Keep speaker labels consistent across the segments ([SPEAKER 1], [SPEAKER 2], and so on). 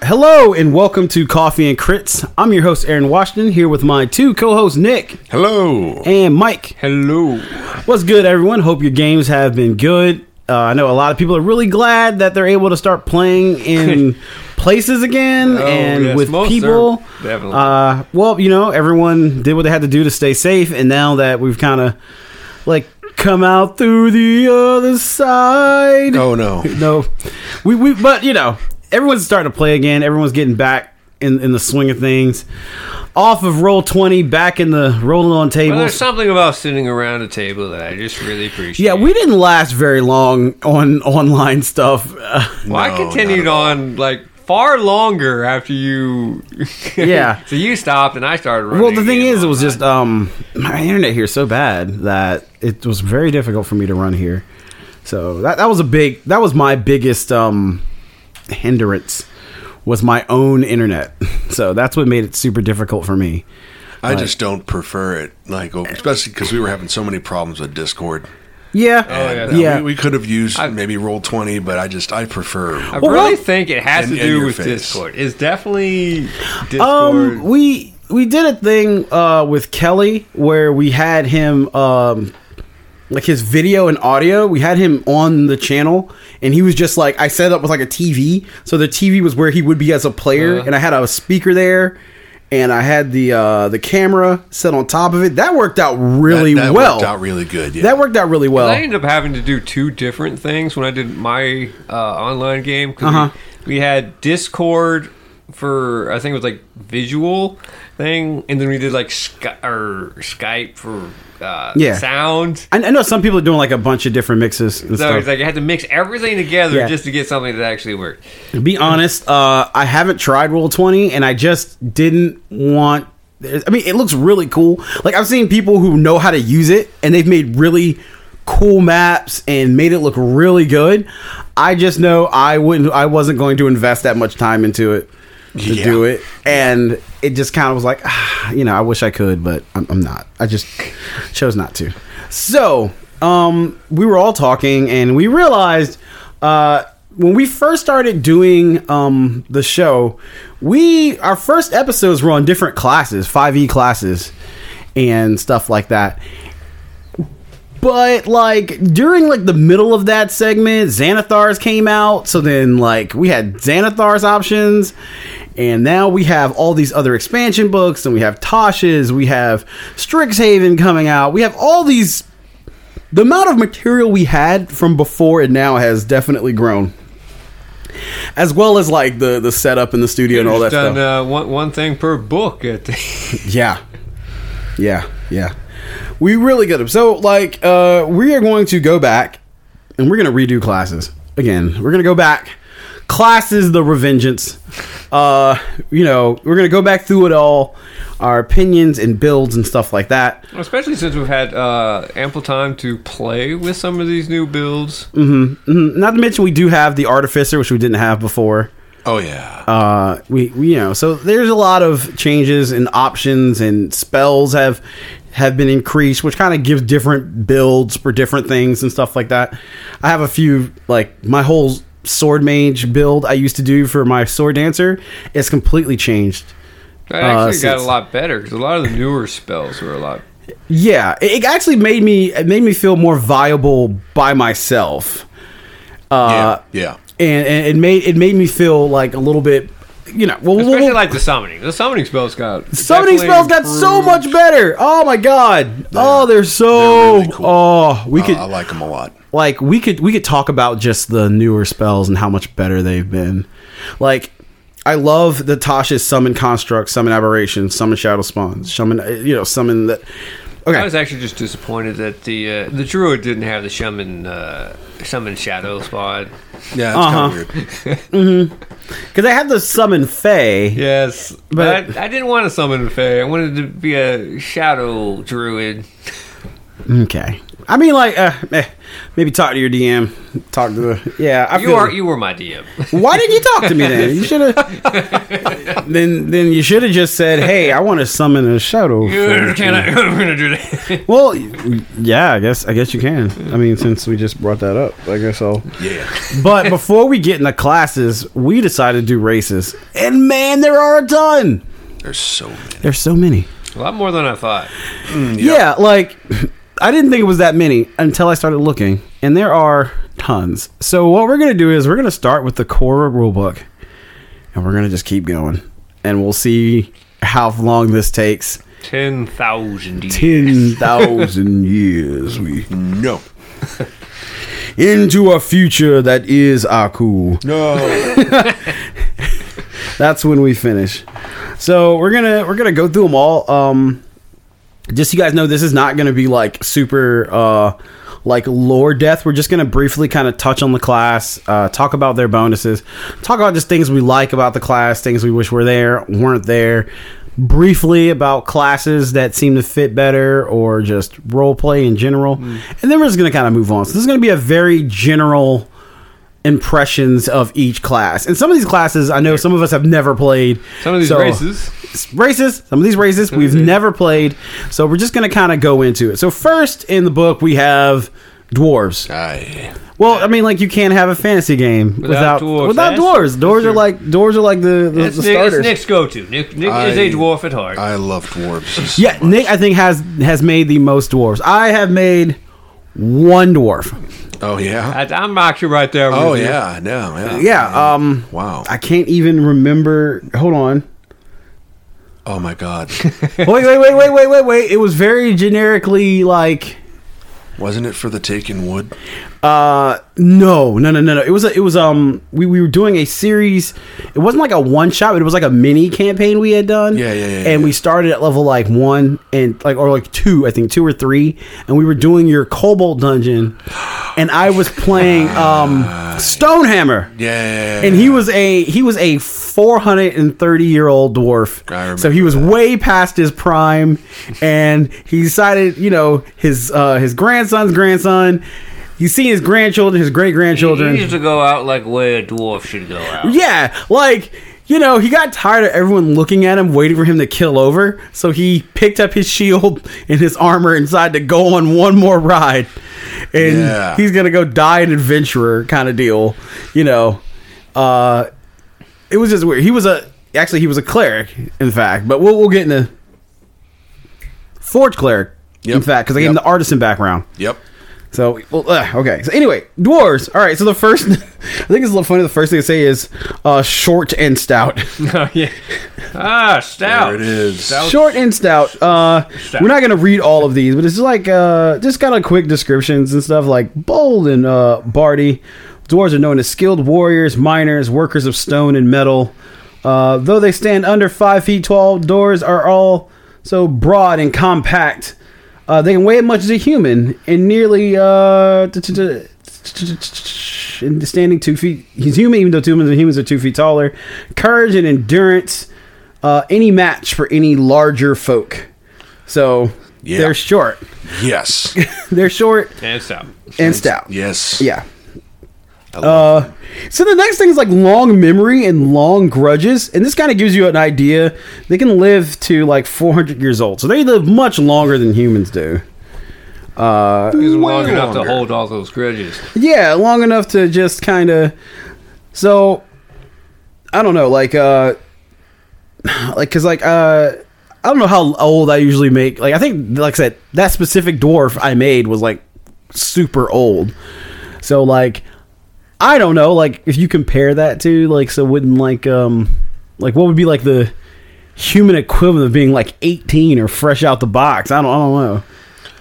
[SPEAKER 1] Hello and welcome to Coffee and Crits. I'm your host Aaron Washington here with my two co-hosts Nick
[SPEAKER 2] Hello.
[SPEAKER 1] and Mike.
[SPEAKER 2] Hello.
[SPEAKER 1] What's good, everyone? Hope your games have been good. Uh, I know a lot of people are really glad that they're able to start playing in places again
[SPEAKER 2] Oh,
[SPEAKER 1] and
[SPEAKER 2] yes,
[SPEAKER 1] with
[SPEAKER 2] most
[SPEAKER 1] people.
[SPEAKER 2] are, definitely.
[SPEAKER 1] Uh, well, you know, everyone did what they had to do to stay safe, and now that we've kind of like come out through the other side.
[SPEAKER 2] Oh no.
[SPEAKER 1] No, we we but you know everyone's starting to play again. Everyone's getting back in in the swing of things. Off of roll twenty, back in the rolling on
[SPEAKER 3] Well,
[SPEAKER 1] tables.
[SPEAKER 3] there's something about sitting around a table that I just really appreciate.
[SPEAKER 1] Yeah, we didn't last very long on online stuff. Uh,
[SPEAKER 3] Well,
[SPEAKER 2] No,
[SPEAKER 3] I continued on like far longer after you.
[SPEAKER 1] Yeah.
[SPEAKER 3] so you stopped and I started running.
[SPEAKER 1] well, the thing
[SPEAKER 3] again
[SPEAKER 1] is, it was
[SPEAKER 3] online.
[SPEAKER 1] just um my internet here is so bad that it was very difficult for me to run here. So that that was a big that was my biggest um hindrance was my own internet. So that's what made it super difficult for me.
[SPEAKER 2] I just don't prefer it. Like, especially because we were having so many problems with Discord.
[SPEAKER 1] Yeah.
[SPEAKER 3] yeah.
[SPEAKER 1] yeah.
[SPEAKER 2] Oh, We, we could have used maybe roll twenty, but I just I prefer.
[SPEAKER 3] I
[SPEAKER 1] well,
[SPEAKER 3] really
[SPEAKER 1] well-
[SPEAKER 3] think it has
[SPEAKER 2] In-
[SPEAKER 3] to
[SPEAKER 2] in
[SPEAKER 3] do
[SPEAKER 2] your
[SPEAKER 3] with
[SPEAKER 2] face.
[SPEAKER 3] Discord. It's definitely Discord.
[SPEAKER 1] Um, we we did a thing uh, with Kelly where we had him um, like his video and audio. We had him on the channel, and he was just like I set it up with like a TV, so the TV was where he would be as a player,
[SPEAKER 3] Uh-huh.
[SPEAKER 1] and I had a speaker there. And I had the uh, the camera set on top of it. That worked out really
[SPEAKER 2] that, that
[SPEAKER 1] well.
[SPEAKER 2] worked out really good. Yeah.
[SPEAKER 1] That worked out really well.
[SPEAKER 3] I ended up having to do two different things when I did my uh, online game. 'cause
[SPEAKER 1] Uh-huh.
[SPEAKER 3] we, we had Discord for I think it was like visual thing, and then we did like Sky- or Skype for uh,
[SPEAKER 1] Yeah.
[SPEAKER 3] sound.
[SPEAKER 1] I, I know some people are doing like a bunch of different mixes. And
[SPEAKER 3] So
[SPEAKER 1] stuff.
[SPEAKER 3] it's like I had to mix everything together
[SPEAKER 1] Yeah.
[SPEAKER 3] just to get something that actually worked.
[SPEAKER 1] To be honest, uh, I haven't tried Roll Twenty, and I just didn't want. I mean, it looks really cool. Like I've seen people who know how to use it, and they've made really cool maps and made it look really good. I just know I wouldn't. I wasn't going to invest that much time into it to
[SPEAKER 2] Yeah.
[SPEAKER 1] do it, and it just kind of was like, ah, you know, I wish I could, but I'm, I'm not. I just chose not to. So, um, we were all talking, and we realized, uh, when we first started doing um, the show, we our first episodes were on different classes, five E classes, and stuff like that. But like during like the middle of that segment, Xanathars came out. So then like we had Xanathars options, and now we have all these other expansion books, and we have Tosh's, we have Strixhaven coming out, we have all these. The amount of material we had from before and now has definitely grown, as well as like the the setup in the studio and all that
[SPEAKER 3] Just done
[SPEAKER 1] stuff.
[SPEAKER 3] uh, one one thing per book. At the,
[SPEAKER 1] Yeah. Yeah. Yeah. We really get them. So, like, uh, we are going to go back and we're going to redo classes again. We're going to go back. Classes, the revengeance. Uh, you know, we're going to go back through it all, our opinions and builds and stuff like that.
[SPEAKER 3] especially since we've had uh, ample time to play with some of these new builds.
[SPEAKER 1] Mhm. Not to mention, we do have the artificer, which we didn't have before.
[SPEAKER 2] oh yeah.
[SPEAKER 1] uh, we, we you know so there's a lot of changes and options and spells have have been increased which kind of gives different builds for different things and stuff like that i have a few like my whole sword mage build i used to do for my sword dancer is completely changed
[SPEAKER 3] That actually got
[SPEAKER 1] since-
[SPEAKER 3] a lot better because a lot of the newer spells were a lot.
[SPEAKER 1] yeah it, it actually made me it made me feel more viable by myself uh
[SPEAKER 2] yeah. Yeah.
[SPEAKER 1] and, and it made it made me feel like a little bit you know well, well,
[SPEAKER 3] Especially
[SPEAKER 1] well-
[SPEAKER 3] like the summoning. The summoning spells got
[SPEAKER 1] Summoning spells
[SPEAKER 3] definitely
[SPEAKER 1] got so
[SPEAKER 3] improved.
[SPEAKER 1] much better. Oh my god. Oh, they're so.
[SPEAKER 2] They're really cool. Uh,
[SPEAKER 1] Oh, we could
[SPEAKER 2] I, I like them a lot.
[SPEAKER 1] like we could we could talk about just the newer spells and how much better they've been. Like I love the Tasha's summon construct, summon aberration, summon shadow spawn, summon uh, you know summon that.
[SPEAKER 3] I
[SPEAKER 1] Okay,
[SPEAKER 3] was actually just disappointed that the uh, the druid didn't have the shaman uh, shaman shadow spot.
[SPEAKER 2] Yeah, it's
[SPEAKER 1] Uh-huh.
[SPEAKER 2] kind of weird.
[SPEAKER 1] because I have the summon Fey.
[SPEAKER 3] Yes,
[SPEAKER 1] But-
[SPEAKER 3] but I, I didn't want to summon a fae. I wanted to be a shadow druid.
[SPEAKER 1] Okay. I mean, like, uh, eh, maybe talk to your DM. Talk to the yeah. I
[SPEAKER 3] You
[SPEAKER 1] feel-
[SPEAKER 3] are you were my DM.
[SPEAKER 1] Why didn't you talk to me then? You should have. then, then you should have just said, "Hey, I want to summon a shadow." for-
[SPEAKER 3] Can I, I'm gonna do that.
[SPEAKER 1] Well, yeah, I guess I guess you can. I mean, since we just brought that up, I guess I'll.
[SPEAKER 2] Yeah.
[SPEAKER 1] But before we get into classes, we decided to do races, and man, there are a ton.
[SPEAKER 2] There's so many.
[SPEAKER 1] There's so many.
[SPEAKER 3] a lot more than I thought.
[SPEAKER 1] Yeah, like I didn't think it was that many until I started looking, and there are tons. So what we're gonna do is we're gonna start with the core rulebook, and we're gonna just keep going, and we'll see how long this takes.
[SPEAKER 3] Ten thousand.
[SPEAKER 1] Ten thousand years we
[SPEAKER 2] No.
[SPEAKER 1] into a future that is Aku.
[SPEAKER 2] No.
[SPEAKER 1] That's when we finish. So we're gonna we're gonna go through them all. Um, just so you guys know, this is not gonna be like super uh, like lore death. We're just gonna briefly kind of touch on the class, uh, talk about their bonuses, talk about just things we like about the class, things we wish were there, weren't there. Briefly about classes that seem to fit better, or just role play in general, and then we're just gonna kind of move on. So this is gonna be a very general impressions of each class. And some of these classes, I know some of us have never played.
[SPEAKER 3] Some of these
[SPEAKER 1] So-
[SPEAKER 3] races.
[SPEAKER 1] races. Some of these races we've never played. So we're just going to kind of go into it. So first in the book we have dwarves.
[SPEAKER 2] I,
[SPEAKER 1] Well, I mean, like you can't have a fantasy game without
[SPEAKER 3] Without
[SPEAKER 1] dwarves.
[SPEAKER 3] dwarves.
[SPEAKER 1] Without
[SPEAKER 3] That's-
[SPEAKER 1] dwarves, dwarves are like dwarves are like the, the,
[SPEAKER 3] That's,
[SPEAKER 1] the
[SPEAKER 3] Nick, that's
[SPEAKER 1] starters.
[SPEAKER 3] Nick's go-to. Nick, Nick is
[SPEAKER 2] I-
[SPEAKER 3] a dwarf at heart.
[SPEAKER 2] I love dwarves.
[SPEAKER 1] Yeah, Nick I think has has made the most dwarves. I have made one dwarf.
[SPEAKER 2] Oh, yeah?
[SPEAKER 3] I, I'm actually right there. With
[SPEAKER 2] Oh,
[SPEAKER 3] you.
[SPEAKER 2] yeah. No, yeah.
[SPEAKER 1] Yeah, um
[SPEAKER 2] Wow.
[SPEAKER 1] I can't even remember. Hold on.
[SPEAKER 2] Oh, my God.
[SPEAKER 1] wait, wait, wait, wait, wait, wait, wait. It was very generically like
[SPEAKER 2] Wasn't it for the Taken Wood?
[SPEAKER 1] uh no, no, no, no, no. It was a, it was um we, we were doing a series. It wasn't like a one shot, but it was like a mini campaign we had done.
[SPEAKER 2] Yeah, yeah, yeah,
[SPEAKER 1] And we
[SPEAKER 2] yeah.
[SPEAKER 1] started at level like 1 and like or like 2, I think 2 or 3, and we were doing your Cobalt dungeon and I was playing um Stonehammer.
[SPEAKER 2] Yeah.
[SPEAKER 1] and he was a he was a 430 year old
[SPEAKER 2] I
[SPEAKER 1] dwarf
[SPEAKER 2] remember
[SPEAKER 1] so he was way past his prime and he decided you know his uh his grandson's grandson he's seen his grandchildren his great
[SPEAKER 3] He used
[SPEAKER 1] grandchildren
[SPEAKER 3] to go out like where a dwarf should go out.
[SPEAKER 1] yeah like you know he got tired of everyone looking at him waiting for him to kill over so he picked up his shield and his armor and decided to go on one more ride and
[SPEAKER 2] Yeah.
[SPEAKER 1] he's gonna go die an adventurer kind of deal you know uh it was just weird. He was a actually he was a cleric, in fact, but we'll we'll get into forge cleric, in
[SPEAKER 2] Yep.
[SPEAKER 1] fact, because I gave him
[SPEAKER 2] Yep.
[SPEAKER 1] the artisan background.
[SPEAKER 2] Yep.
[SPEAKER 1] So well, uh, okay. So anyway, dwarves. All right. So the first, I think it's a little funny. The first thing to say is uh, short and stout.
[SPEAKER 3] Oh, yeah. Ah, stout.
[SPEAKER 2] There it is.
[SPEAKER 3] Stout.
[SPEAKER 1] short and stout. Uh,
[SPEAKER 3] Stout.
[SPEAKER 1] We're not gonna read all of these, but it's just like uh, just kind of quick descriptions and stuff like bold and uh, bardy. Dwarves are known as skilled warriors, miners, workers of stone and metal. Uh, though they stand under five feet tall, dwarves are all so broad and compact. Uh, they can weigh as much as a human and nearly uh, t- t- t- and standing two feet. He's human, even though two humans and humans are two feet taller. Courage and endurance, uh, any match for any larger folk. So
[SPEAKER 2] Yeah.
[SPEAKER 1] they're short.
[SPEAKER 2] Yes.
[SPEAKER 1] They're short
[SPEAKER 3] And stout.
[SPEAKER 1] and stout.
[SPEAKER 2] Yes.
[SPEAKER 1] Yeah. Uh,
[SPEAKER 2] I love it.
[SPEAKER 1] So the next thing is like long memory and long grudges, and this kind of gives you an idea. They can live to like 400 years old, so they live much longer than humans do.
[SPEAKER 3] He's long
[SPEAKER 2] Way
[SPEAKER 3] enough to
[SPEAKER 2] longer.
[SPEAKER 3] hold all those grudges.
[SPEAKER 1] Yeah, long enough to just kind of. So, I don't know, like, uh, like, cause like, uh, I don't know how old I usually make. Like, I think, like I said, that specific dwarf I made was like super old. So, like, I don't know, like, if you compare that to, like, so wouldn't like, um, like, what would be like the human equivalent of being like 18 or fresh out the box? I don't, I don't know.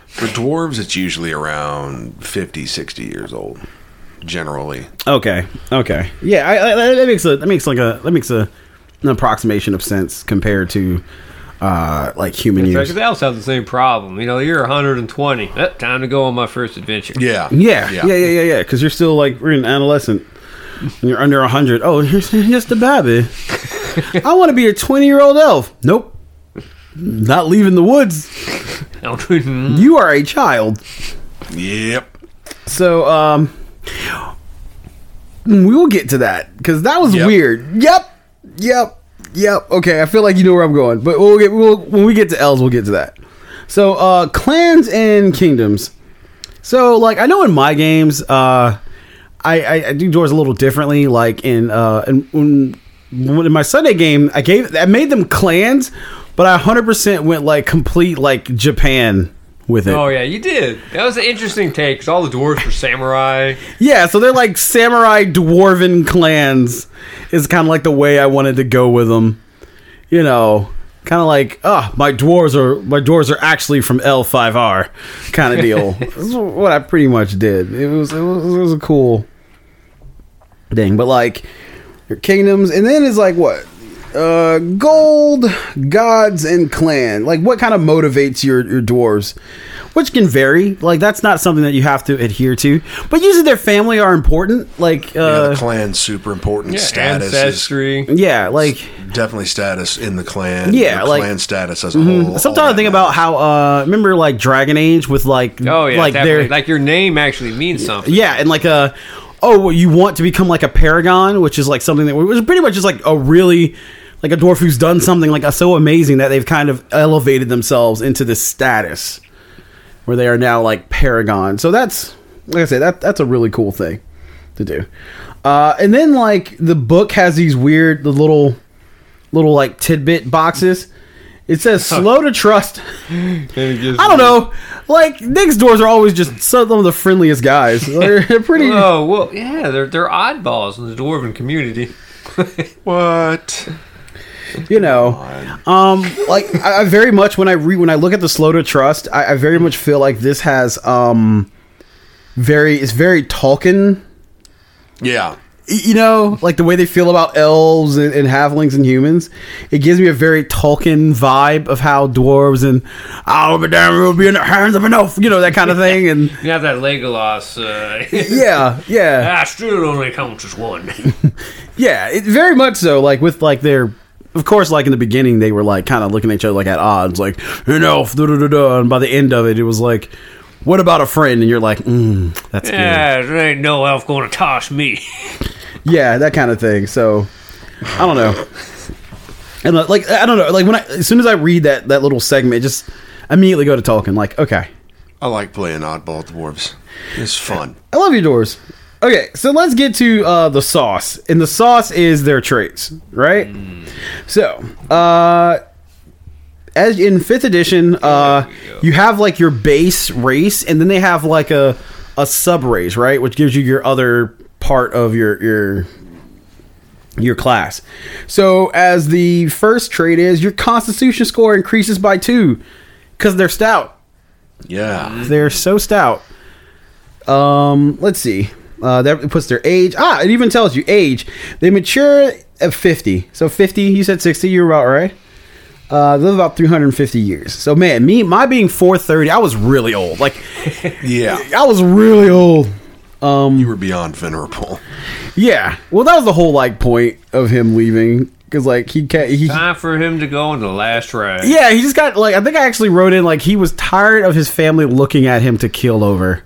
[SPEAKER 2] For dwarves, it's usually around 50, 60 years old, generally.
[SPEAKER 1] Okay. Okay. Yeah, I, I, that makes a that makes like a that makes a an approximation of sense compared to uh like human
[SPEAKER 3] Because
[SPEAKER 1] years.
[SPEAKER 3] they also have the same problem. You know, you're 120. Eh, time to go on my first adventure.
[SPEAKER 2] Yeah.
[SPEAKER 1] Yeah, yeah, yeah, yeah, yeah. Because you're still like we're an adolescent. And you're under hundred. Oh, you're just a baby. I want to be a twenty-year-old elf. Nope, not leaving the woods.
[SPEAKER 3] I'm child.
[SPEAKER 1] You are a child.
[SPEAKER 2] Yep.
[SPEAKER 1] So, um, we will get to that because that was
[SPEAKER 2] Yep.
[SPEAKER 1] weird. Yep, yep, yep. Okay, I feel like you know where I'm going, but we'll get we'll, when we get to L's, we'll get to that. So, uh, clans and kingdoms. So, like, I know in my games, uh, I, I, I do doors a little differently. Like in uh, in, when, when in my Sunday game, I gave I made them clans, but I 100% went like complete like Japan with it.
[SPEAKER 3] Oh yeah, you did. That was an interesting take. 'cause all the dwarves were samurai.
[SPEAKER 1] Yeah, so they're like samurai dwarven clans is kind of like the way I wanted to go with them. You know, kind of like, ah, my dwarves are my dwarves are actually from L5R kind of deal. this is what I pretty much did. It was it was, it was a cool thing, but like your kingdoms and then it's like what? Uh, gold, gods, and clan. Like, what kind of motivates your, your dwarves? Which can vary. Like, that's not something that you have to adhere to. But usually their family are important. Like,
[SPEAKER 2] Yeah, the
[SPEAKER 1] uh,
[SPEAKER 2] clan's super important.
[SPEAKER 3] Yeah,
[SPEAKER 2] status
[SPEAKER 3] ancestry.
[SPEAKER 1] yeah, like,
[SPEAKER 2] is definitely status in the clan.
[SPEAKER 1] Yeah,
[SPEAKER 2] the
[SPEAKER 1] like- mm-hmm.
[SPEAKER 2] clan status as a whole. all
[SPEAKER 1] Sometimes I
[SPEAKER 2] that
[SPEAKER 1] think
[SPEAKER 2] matters.
[SPEAKER 1] about how uh remember like Dragon Age with like
[SPEAKER 3] Oh yeah,
[SPEAKER 1] like
[SPEAKER 3] like
[SPEAKER 1] their
[SPEAKER 3] like your name actually means something.
[SPEAKER 1] yeah and like a oh well, you want to become like a paragon which is like something that was pretty much just like a really like a dwarf who's done something like so amazing that they've kind of elevated themselves into this status where they are now like paragon. So that's like I said that that's a really cool thing to do. Uh, and then like the book has these weird the little little like tidbit boxes. It says slow to trust. I don't know. Like next doors are always just some of the friendliest guys. They're pretty.
[SPEAKER 3] Oh well, yeah, they're they're oddballs in the dwarven community.
[SPEAKER 2] what?
[SPEAKER 1] you know um like I, I very much when i re when i look at the slow to trust i, I very much feel like this has um very it's very Tolkien,
[SPEAKER 2] Yeah.
[SPEAKER 1] y- you know like the way they feel about elves and, and halflings and humans it gives me a very Tolkien vibe of how dwarves and "Oh, i'll be damned will be in the hands of an elf you know that kind of thing and
[SPEAKER 3] You have that Legolas. Uh,
[SPEAKER 1] yeah yeah
[SPEAKER 3] I still only counts as one.
[SPEAKER 1] Yeah, it, very much so. Like with like their, of course, like in the beginning they were like kind of looking at each other like at odds, like you know, da da da da. And by the end of it, it was like, what about a friend? And you're like, mm, that's yeah.
[SPEAKER 3] yeah, there ain't no elf going to toss me.
[SPEAKER 1] good. Yeah, that kind of thing. So I don't know. And like- like I don't know, like when I as soon as I read that that little segment, it just immediately go to Tolkien. Like okay,
[SPEAKER 2] I like playing oddball dwarves. It's fun.
[SPEAKER 1] I love your doors. Okay, so let's get to uh, the sauce, and the sauce is their traits, right? So, uh, as in fifth edition, uh, you have like your base race, and then they have like a a sub race, right, which gives you your other part of your your your class. So, as the first trait is, your Constitution score increases by two because they're stout.
[SPEAKER 2] Yeah.
[SPEAKER 1] They're so stout. Um, let's see. Uh, that puts their age. Ah, it even tells you age. They mature at 50. So 50, you said 60, you're about right. Uh, they live about 350 years. So man, me my being 430, I was really old. Like
[SPEAKER 2] Yeah.
[SPEAKER 1] I was really old.
[SPEAKER 2] You were beyond venerable.
[SPEAKER 1] Yeah. Well, that was the whole like point of him leaving cuz like he can't he
[SPEAKER 3] Time for him to go on the last ride.
[SPEAKER 1] Yeah, he just got like I think I actually wrote in like he was tired of his family looking at him to kill over.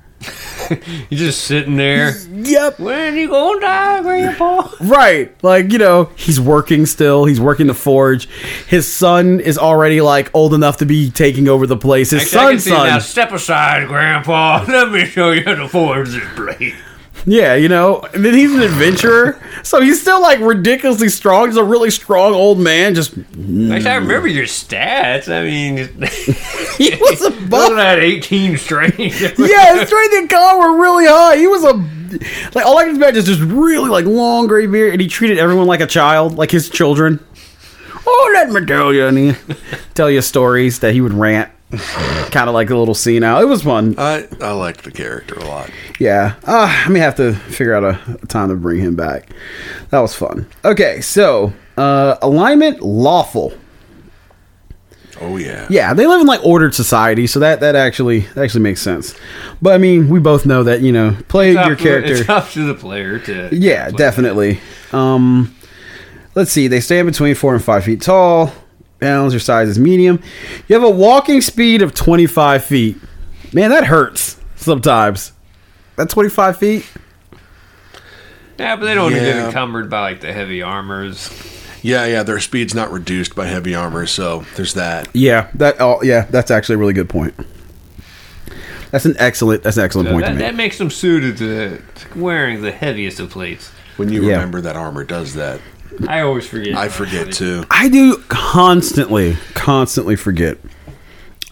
[SPEAKER 3] You're just sitting there.
[SPEAKER 1] Yep.
[SPEAKER 3] When you gonna die, Grandpa?
[SPEAKER 1] Right. Like, you know, he's working still. He's working the forge. His son is already like old enough to be taking over the place. His
[SPEAKER 3] Actually, I can
[SPEAKER 1] son's
[SPEAKER 3] see now.
[SPEAKER 1] son.
[SPEAKER 3] Step aside, Grandpa. Let me show you how to forge this blade.
[SPEAKER 1] Yeah, you know. And then he's an adventurer. so he's still like ridiculously strong. He's a really strong old man. Just
[SPEAKER 3] Actually, I remember your stats. I mean,
[SPEAKER 1] he was a
[SPEAKER 3] Well,
[SPEAKER 1] buff.
[SPEAKER 3] that 18 strength.
[SPEAKER 1] yeah, his strength and con were really high. He was a like all I can imagine is just really like long gray beard, and he treated everyone like a child, like his children. Oh, let me tell you, and he tell you stories that he would rant, kind of like a little scene out. It was fun.
[SPEAKER 2] I I liked the character a lot.
[SPEAKER 1] Yeah. Uh, I may have to figure out a, a time to bring him back. That was fun. Okay, so uh, alignment lawful.
[SPEAKER 2] Oh yeah.
[SPEAKER 1] Yeah, they live in like ordered society, so that that actually that actually makes sense. But I mean, we both know that you know play your character.
[SPEAKER 3] It's up to the player to.
[SPEAKER 1] Yeah, definitely. Um, let's see. They stand between four and five feet tall. pounds. Your size is medium. You have a walking speed of 25 feet. Man, that hurts sometimes. That 25 feet?
[SPEAKER 3] Yeah, but they don't want to get
[SPEAKER 2] Yeah.
[SPEAKER 3] encumbered by like the heavy armors.
[SPEAKER 2] Yeah, yeah, their speed's not reduced by heavy armor, so there's that.
[SPEAKER 1] Yeah, that. Oh, yeah, that's actually a really good point. That's an excellent. That's an excellent point
[SPEAKER 3] that,
[SPEAKER 1] to
[SPEAKER 3] that
[SPEAKER 1] make.
[SPEAKER 3] makes them suited to, to wearing the heaviest of plates.
[SPEAKER 2] When you
[SPEAKER 1] Yeah.
[SPEAKER 2] remember that armor does that.
[SPEAKER 3] I always forget.
[SPEAKER 2] I forget too.
[SPEAKER 1] I do constantly, constantly forget.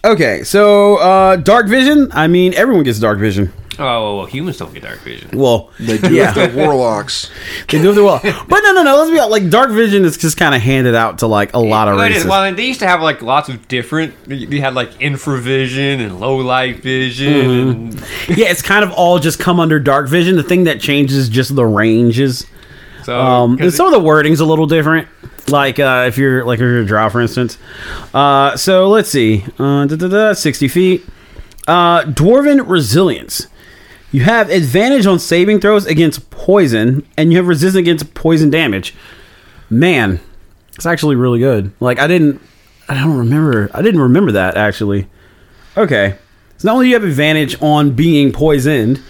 [SPEAKER 1] Okay, so uh, dark vision. I mean, everyone gets dark vision.
[SPEAKER 3] Oh, well, humans don't get dark vision.
[SPEAKER 1] Well,
[SPEAKER 2] They do
[SPEAKER 1] Yeah.
[SPEAKER 2] have the warlocks.
[SPEAKER 1] They do it well. But no, no, no. Let's be honest. Like, Dark Vision is just kind of handed out to like a lot of
[SPEAKER 3] Wait,
[SPEAKER 1] races.
[SPEAKER 3] well, and they used to have like lots of different. You had like infravision and low light vision. And
[SPEAKER 1] yeah, it's kind of all just come under Dark Vision. The thing that changes is just the ranges.
[SPEAKER 3] so,
[SPEAKER 1] Um,
[SPEAKER 3] 'cause
[SPEAKER 1] and some of the wording's a little different. Like uh, if you're like if you're a drow, for instance. Uh, so let's see, uh, da, da, da, sixty feet. Uh, Dwarven resilience. You have advantage on saving throws against poison, and you have resistance against poison damage. Man, it's actually really good. Like I didn't, I don't remember. I didn't remember that actually. Okay, so not only do you have advantage on being poisoned,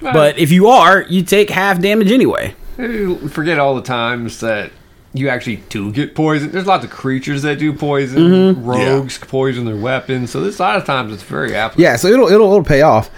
[SPEAKER 1] but if you are, you take half damage anyway.
[SPEAKER 3] We forget all the times that you actually do get poisoned. There's lots of creatures that do poison.
[SPEAKER 1] Mm-hmm.
[SPEAKER 3] Rogues poison their weapons. So there's a lot of times it's very applicable.
[SPEAKER 1] Yeah, so it'll it'll it'll pay off.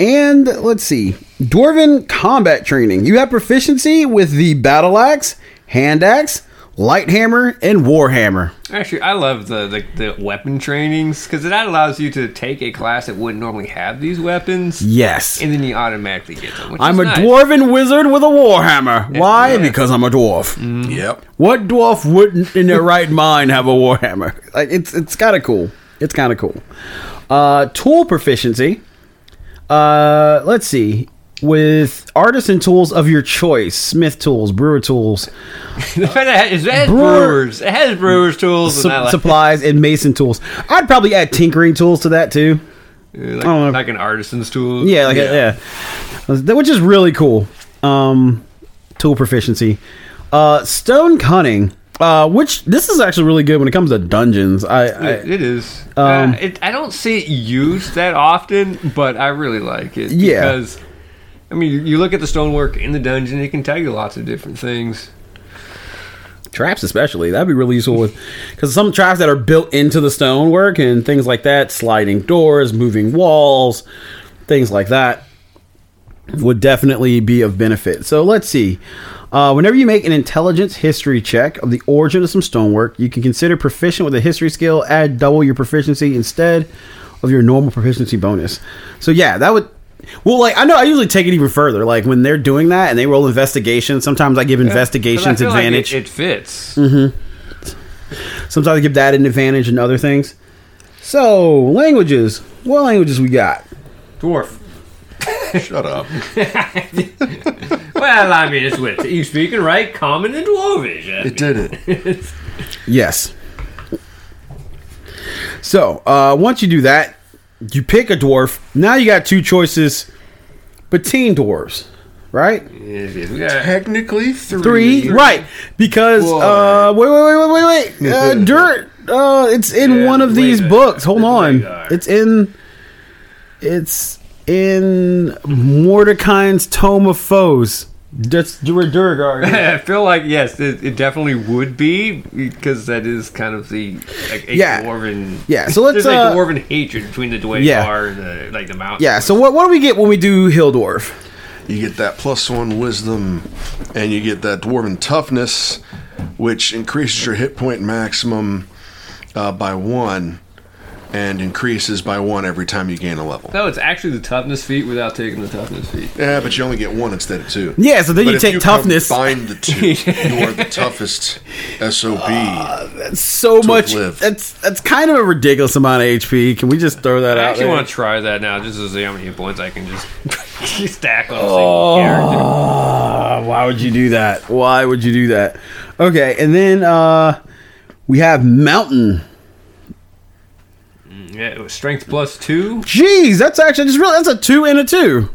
[SPEAKER 1] And let's see, dwarven combat training. You have proficiency with the battle axe, hand axe, light hammer, and war hammer.
[SPEAKER 3] Actually, I love the, the, the weapon trainings because that allows you to take a class that wouldn't normally have these weapons.
[SPEAKER 1] Yes,
[SPEAKER 3] And then you automatically get them. Which
[SPEAKER 1] I'm
[SPEAKER 3] is
[SPEAKER 1] a
[SPEAKER 3] nice.
[SPEAKER 1] dwarven wizard with a war hammer. Why?
[SPEAKER 3] yeah.
[SPEAKER 1] Because I'm a dwarf.
[SPEAKER 3] Mm-hmm.
[SPEAKER 2] Yep.
[SPEAKER 1] What dwarf wouldn't, in their right mind, have a warhammer? Like it's it's kind of cool. It's kind of cool. Uh, tool proficiency. Uh, let's see. With artisan tools of your choice, smith tools, brewer tools,
[SPEAKER 3] The fact that it has, it has
[SPEAKER 1] Brewer-
[SPEAKER 3] brewers, it has brewers tools,
[SPEAKER 1] su-
[SPEAKER 3] and I like,
[SPEAKER 1] supplies, and mason tools. I'd probably add tinkering tools to that too. don't
[SPEAKER 3] like,
[SPEAKER 1] know.
[SPEAKER 3] like an artisan's tool.
[SPEAKER 1] Yeah, like yeah, yeah. which is really cool. Um, tool proficiency, uh, stone cunning. Uh, which this is actually really good when it comes to dungeons. I, I
[SPEAKER 3] It- it is.
[SPEAKER 1] Um,
[SPEAKER 3] uh, it, I don't see it used that often, but I really like it.
[SPEAKER 1] Yeah.
[SPEAKER 3] Because, I mean, you- you look at the stonework in the dungeon, it can tell you lots of different things.
[SPEAKER 1] traps especially that'd be really useful with because some traps that are built into the stonework and things like that sliding doors moving walls things like that would definitely be of benefit so let's see uh, whenever you make an intelligence history check of the origin of some stonework you can consider proficient with a history skill add double your proficiency instead of your normal proficiency bonus so yeah that would well, like I know, I usually take it even further. Like when they're doing that and they roll investigation, sometimes I give
[SPEAKER 3] 'Cause I
[SPEAKER 1] investigations
[SPEAKER 3] feel like it-
[SPEAKER 1] advantage. Mm-hmm.
[SPEAKER 3] it, fits.
[SPEAKER 1] Sometimes I give that an advantage and other things. So languages. What languages we got?
[SPEAKER 3] Dwarf.
[SPEAKER 2] Shut up.
[SPEAKER 3] Well, I mean, it's with you speak and write common and dwarvish. I mean,
[SPEAKER 2] It didn't.
[SPEAKER 1] Yes. So uh, once you do that, you pick a dwarf. Now you got two choices, between dwarves, right?
[SPEAKER 3] it is. We got-
[SPEAKER 2] Technically three.
[SPEAKER 1] Three, right? Because uh, wait, wait, wait, wait, wait, wait. Uh, dirt. Uh, it's in
[SPEAKER 3] Yeah,
[SPEAKER 1] one of
[SPEAKER 3] the
[SPEAKER 1] these
[SPEAKER 3] radar.
[SPEAKER 1] books. Hold
[SPEAKER 3] The
[SPEAKER 1] on.
[SPEAKER 3] radar.
[SPEAKER 1] It's in. It's in Mordecai's Tome of Foes. That's where Durgar. is.
[SPEAKER 3] I feel like yes, it, it definitely would be because that is kind of the like a
[SPEAKER 1] Yeah.
[SPEAKER 3] dwarven
[SPEAKER 1] Yeah, so let's,
[SPEAKER 3] there's like
[SPEAKER 1] uh,
[SPEAKER 3] dwarven hatred between the Dwayne
[SPEAKER 1] Yeah.
[SPEAKER 3] Bar and the like the mountain.
[SPEAKER 1] Yeah. So what what do we get when we do Hildorf?
[SPEAKER 2] You get that plus one wisdom, and you get that dwarven toughness, which increases your hit point maximum uh, by one, and increases by one every time you gain a level.
[SPEAKER 3] no, it's actually the toughness feat without taking the toughness feat.
[SPEAKER 2] Yeah, but you only get one instead of two.
[SPEAKER 1] Yeah, so then
[SPEAKER 2] But
[SPEAKER 1] you
[SPEAKER 2] if
[SPEAKER 1] take toughness.
[SPEAKER 2] Combine the two. you are the toughest sob.
[SPEAKER 1] That's so much.
[SPEAKER 2] live.
[SPEAKER 1] That's that's kind of a ridiculous amount of HP. Can we just throw that
[SPEAKER 3] I
[SPEAKER 1] out
[SPEAKER 3] actually
[SPEAKER 1] there?
[SPEAKER 3] want to try that now just to see how many hit points I can just stack on a
[SPEAKER 1] Oh.
[SPEAKER 3] single character.
[SPEAKER 1] Uh, why would you do that? Why would you do that? Okay, and then uh, we have mountain.
[SPEAKER 3] Yeah, it was strength plus two.
[SPEAKER 1] Jeez, that's actually I just real. That's a two and a two.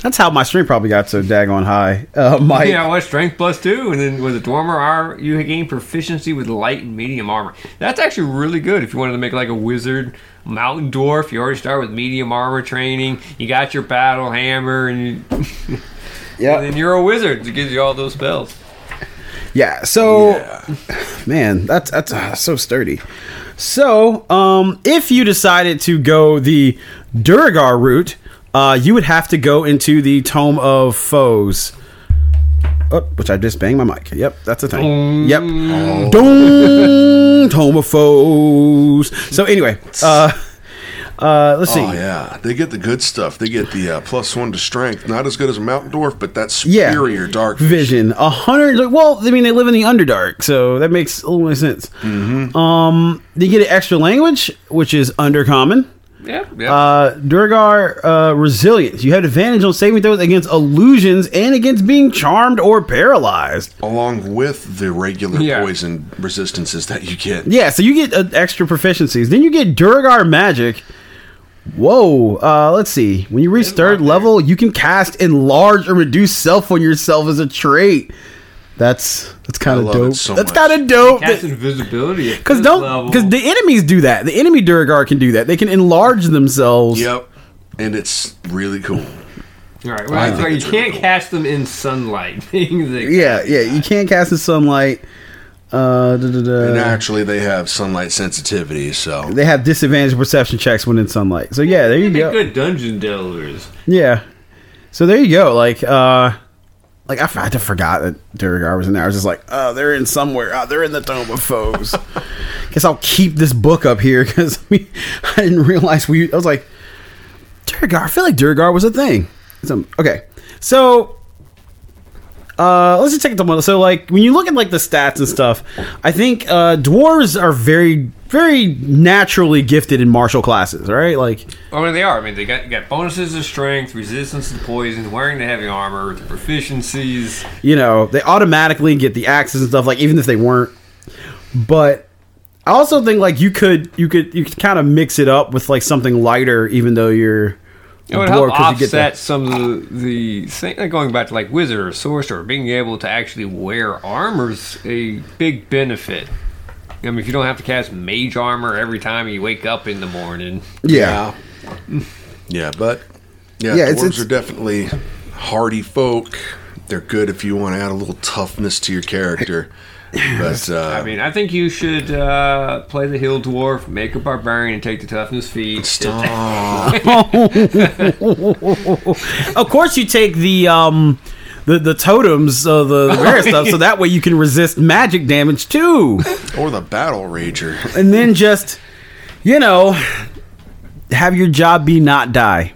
[SPEAKER 1] That's how my stream probably got so daggone high. Uh, Mike,
[SPEAKER 3] Yeah, well, strength plus two, and then with a dormer armor, you gain proficiency with light and medium armor. That's actually really good if you wanted to make like a wizard mountain dwarf. You already start with medium armor training. You got your battle hammer, and, you, and
[SPEAKER 1] yeah,
[SPEAKER 3] then you're a wizard. It gives you all those spells.
[SPEAKER 1] yeah. So, man, that's that's uh, so sturdy. So, um, if you decided to go the Duragar route, uh, you would have to go into the Tome of Foes. Oh, which I just banged my mic. Yep, that's a thing. Yep. Doom, Tome of Foes. So anyway, uh, uh, let's see.
[SPEAKER 2] Oh yeah, they get the good stuff. They get the uh, plus one to strength. Not as good as a mountain dwarf, but that
[SPEAKER 1] yeah.
[SPEAKER 2] superior dark
[SPEAKER 1] vision. A hundred. like, Well, I mean, they live in the underdark, so that makes a little more sense.
[SPEAKER 2] Mm-hmm.
[SPEAKER 1] Um, they get an extra language, which is undercommon.
[SPEAKER 3] Yeah, yeah.
[SPEAKER 1] Uh, Durgar uh, resilience. You have advantage on saving throws against illusions and against being charmed or paralyzed.
[SPEAKER 2] along with the regular
[SPEAKER 3] Yeah.
[SPEAKER 2] poison resistances that you get.
[SPEAKER 1] Yeah, so you get uh, extra proficiencies. Then you get Durgar magic. Whoa, uh, let's see. When you reach third level, you can cast enlarge or reduce self on yourself as a trait. That's that's kind of
[SPEAKER 2] love it
[SPEAKER 1] dope.
[SPEAKER 2] so
[SPEAKER 1] that's
[SPEAKER 2] much.
[SPEAKER 1] kind of dope.
[SPEAKER 3] Cast invisibility. at
[SPEAKER 1] Because
[SPEAKER 3] fifth
[SPEAKER 1] don't
[SPEAKER 3] level.
[SPEAKER 1] because the enemies do that. The enemy Duragar can do that. They can enlarge themselves.
[SPEAKER 2] Yep, and it's really cool.
[SPEAKER 3] All right, well, that's
[SPEAKER 2] think
[SPEAKER 3] right. You
[SPEAKER 2] it's really
[SPEAKER 3] can't
[SPEAKER 2] cool.
[SPEAKER 3] cast them in sunlight. Being the-
[SPEAKER 1] Yeah, yeah. You can't cast in sunlight. Uh, duh, duh, duh.
[SPEAKER 2] And naturally, they have sunlight sensitivity, so
[SPEAKER 1] They have disadvantage perception checks when in sunlight. So yeah, there you
[SPEAKER 3] They'd be
[SPEAKER 1] go.
[SPEAKER 3] good dungeon delvers.
[SPEAKER 1] Yeah. So there you go. Like uh, like I, f- I just forgot that Duragar was in there. I was just like, oh, they're in somewhere. Oh, they're in the Dome of Foes. Guess I'll keep this book up here because I, mean, I didn't realize we. I was like, Duragar. I feel like Duragar was a thing. So, okay, so uh, let's just take it to one. So, like when you look at like the stats and stuff, I think uh, dwarves are very, very naturally gifted in martial classes, right? Like,
[SPEAKER 3] I mean, they are. I mean, they got you got bonuses to strength, resistance to poison, wearing the heavy armor, the proficiencies.
[SPEAKER 1] you know, they automatically get the axes and stuff, like even if they weren't. But I also think like you could you could you could kind of mix it up with like something lighter, even though you're
[SPEAKER 3] It would
[SPEAKER 1] a
[SPEAKER 3] help
[SPEAKER 1] 'cause you get
[SPEAKER 3] offset some of the, the thing, like going back to like wizard or sorcerer, being able to actually wear armor's a big benefit. I mean, if you don't have to cast mage armor every time you wake up in the morning,
[SPEAKER 1] the- yeah.
[SPEAKER 2] yeah. But yeah,
[SPEAKER 1] Yeah,
[SPEAKER 2] dwarves
[SPEAKER 1] it's- it's-
[SPEAKER 2] are definitely hardy folk. They're good if you want to add a little toughness to your character. But uh,
[SPEAKER 3] I mean, I think you should uh, play the hill dwarf, make a barbarian, and take the toughness feat.
[SPEAKER 2] stop.
[SPEAKER 1] Of course, you take the um the the totems, uh, the, the rare stuff, so that way you can resist magic damage too,
[SPEAKER 2] or the battle rager.
[SPEAKER 1] and then just you know have your job be not die.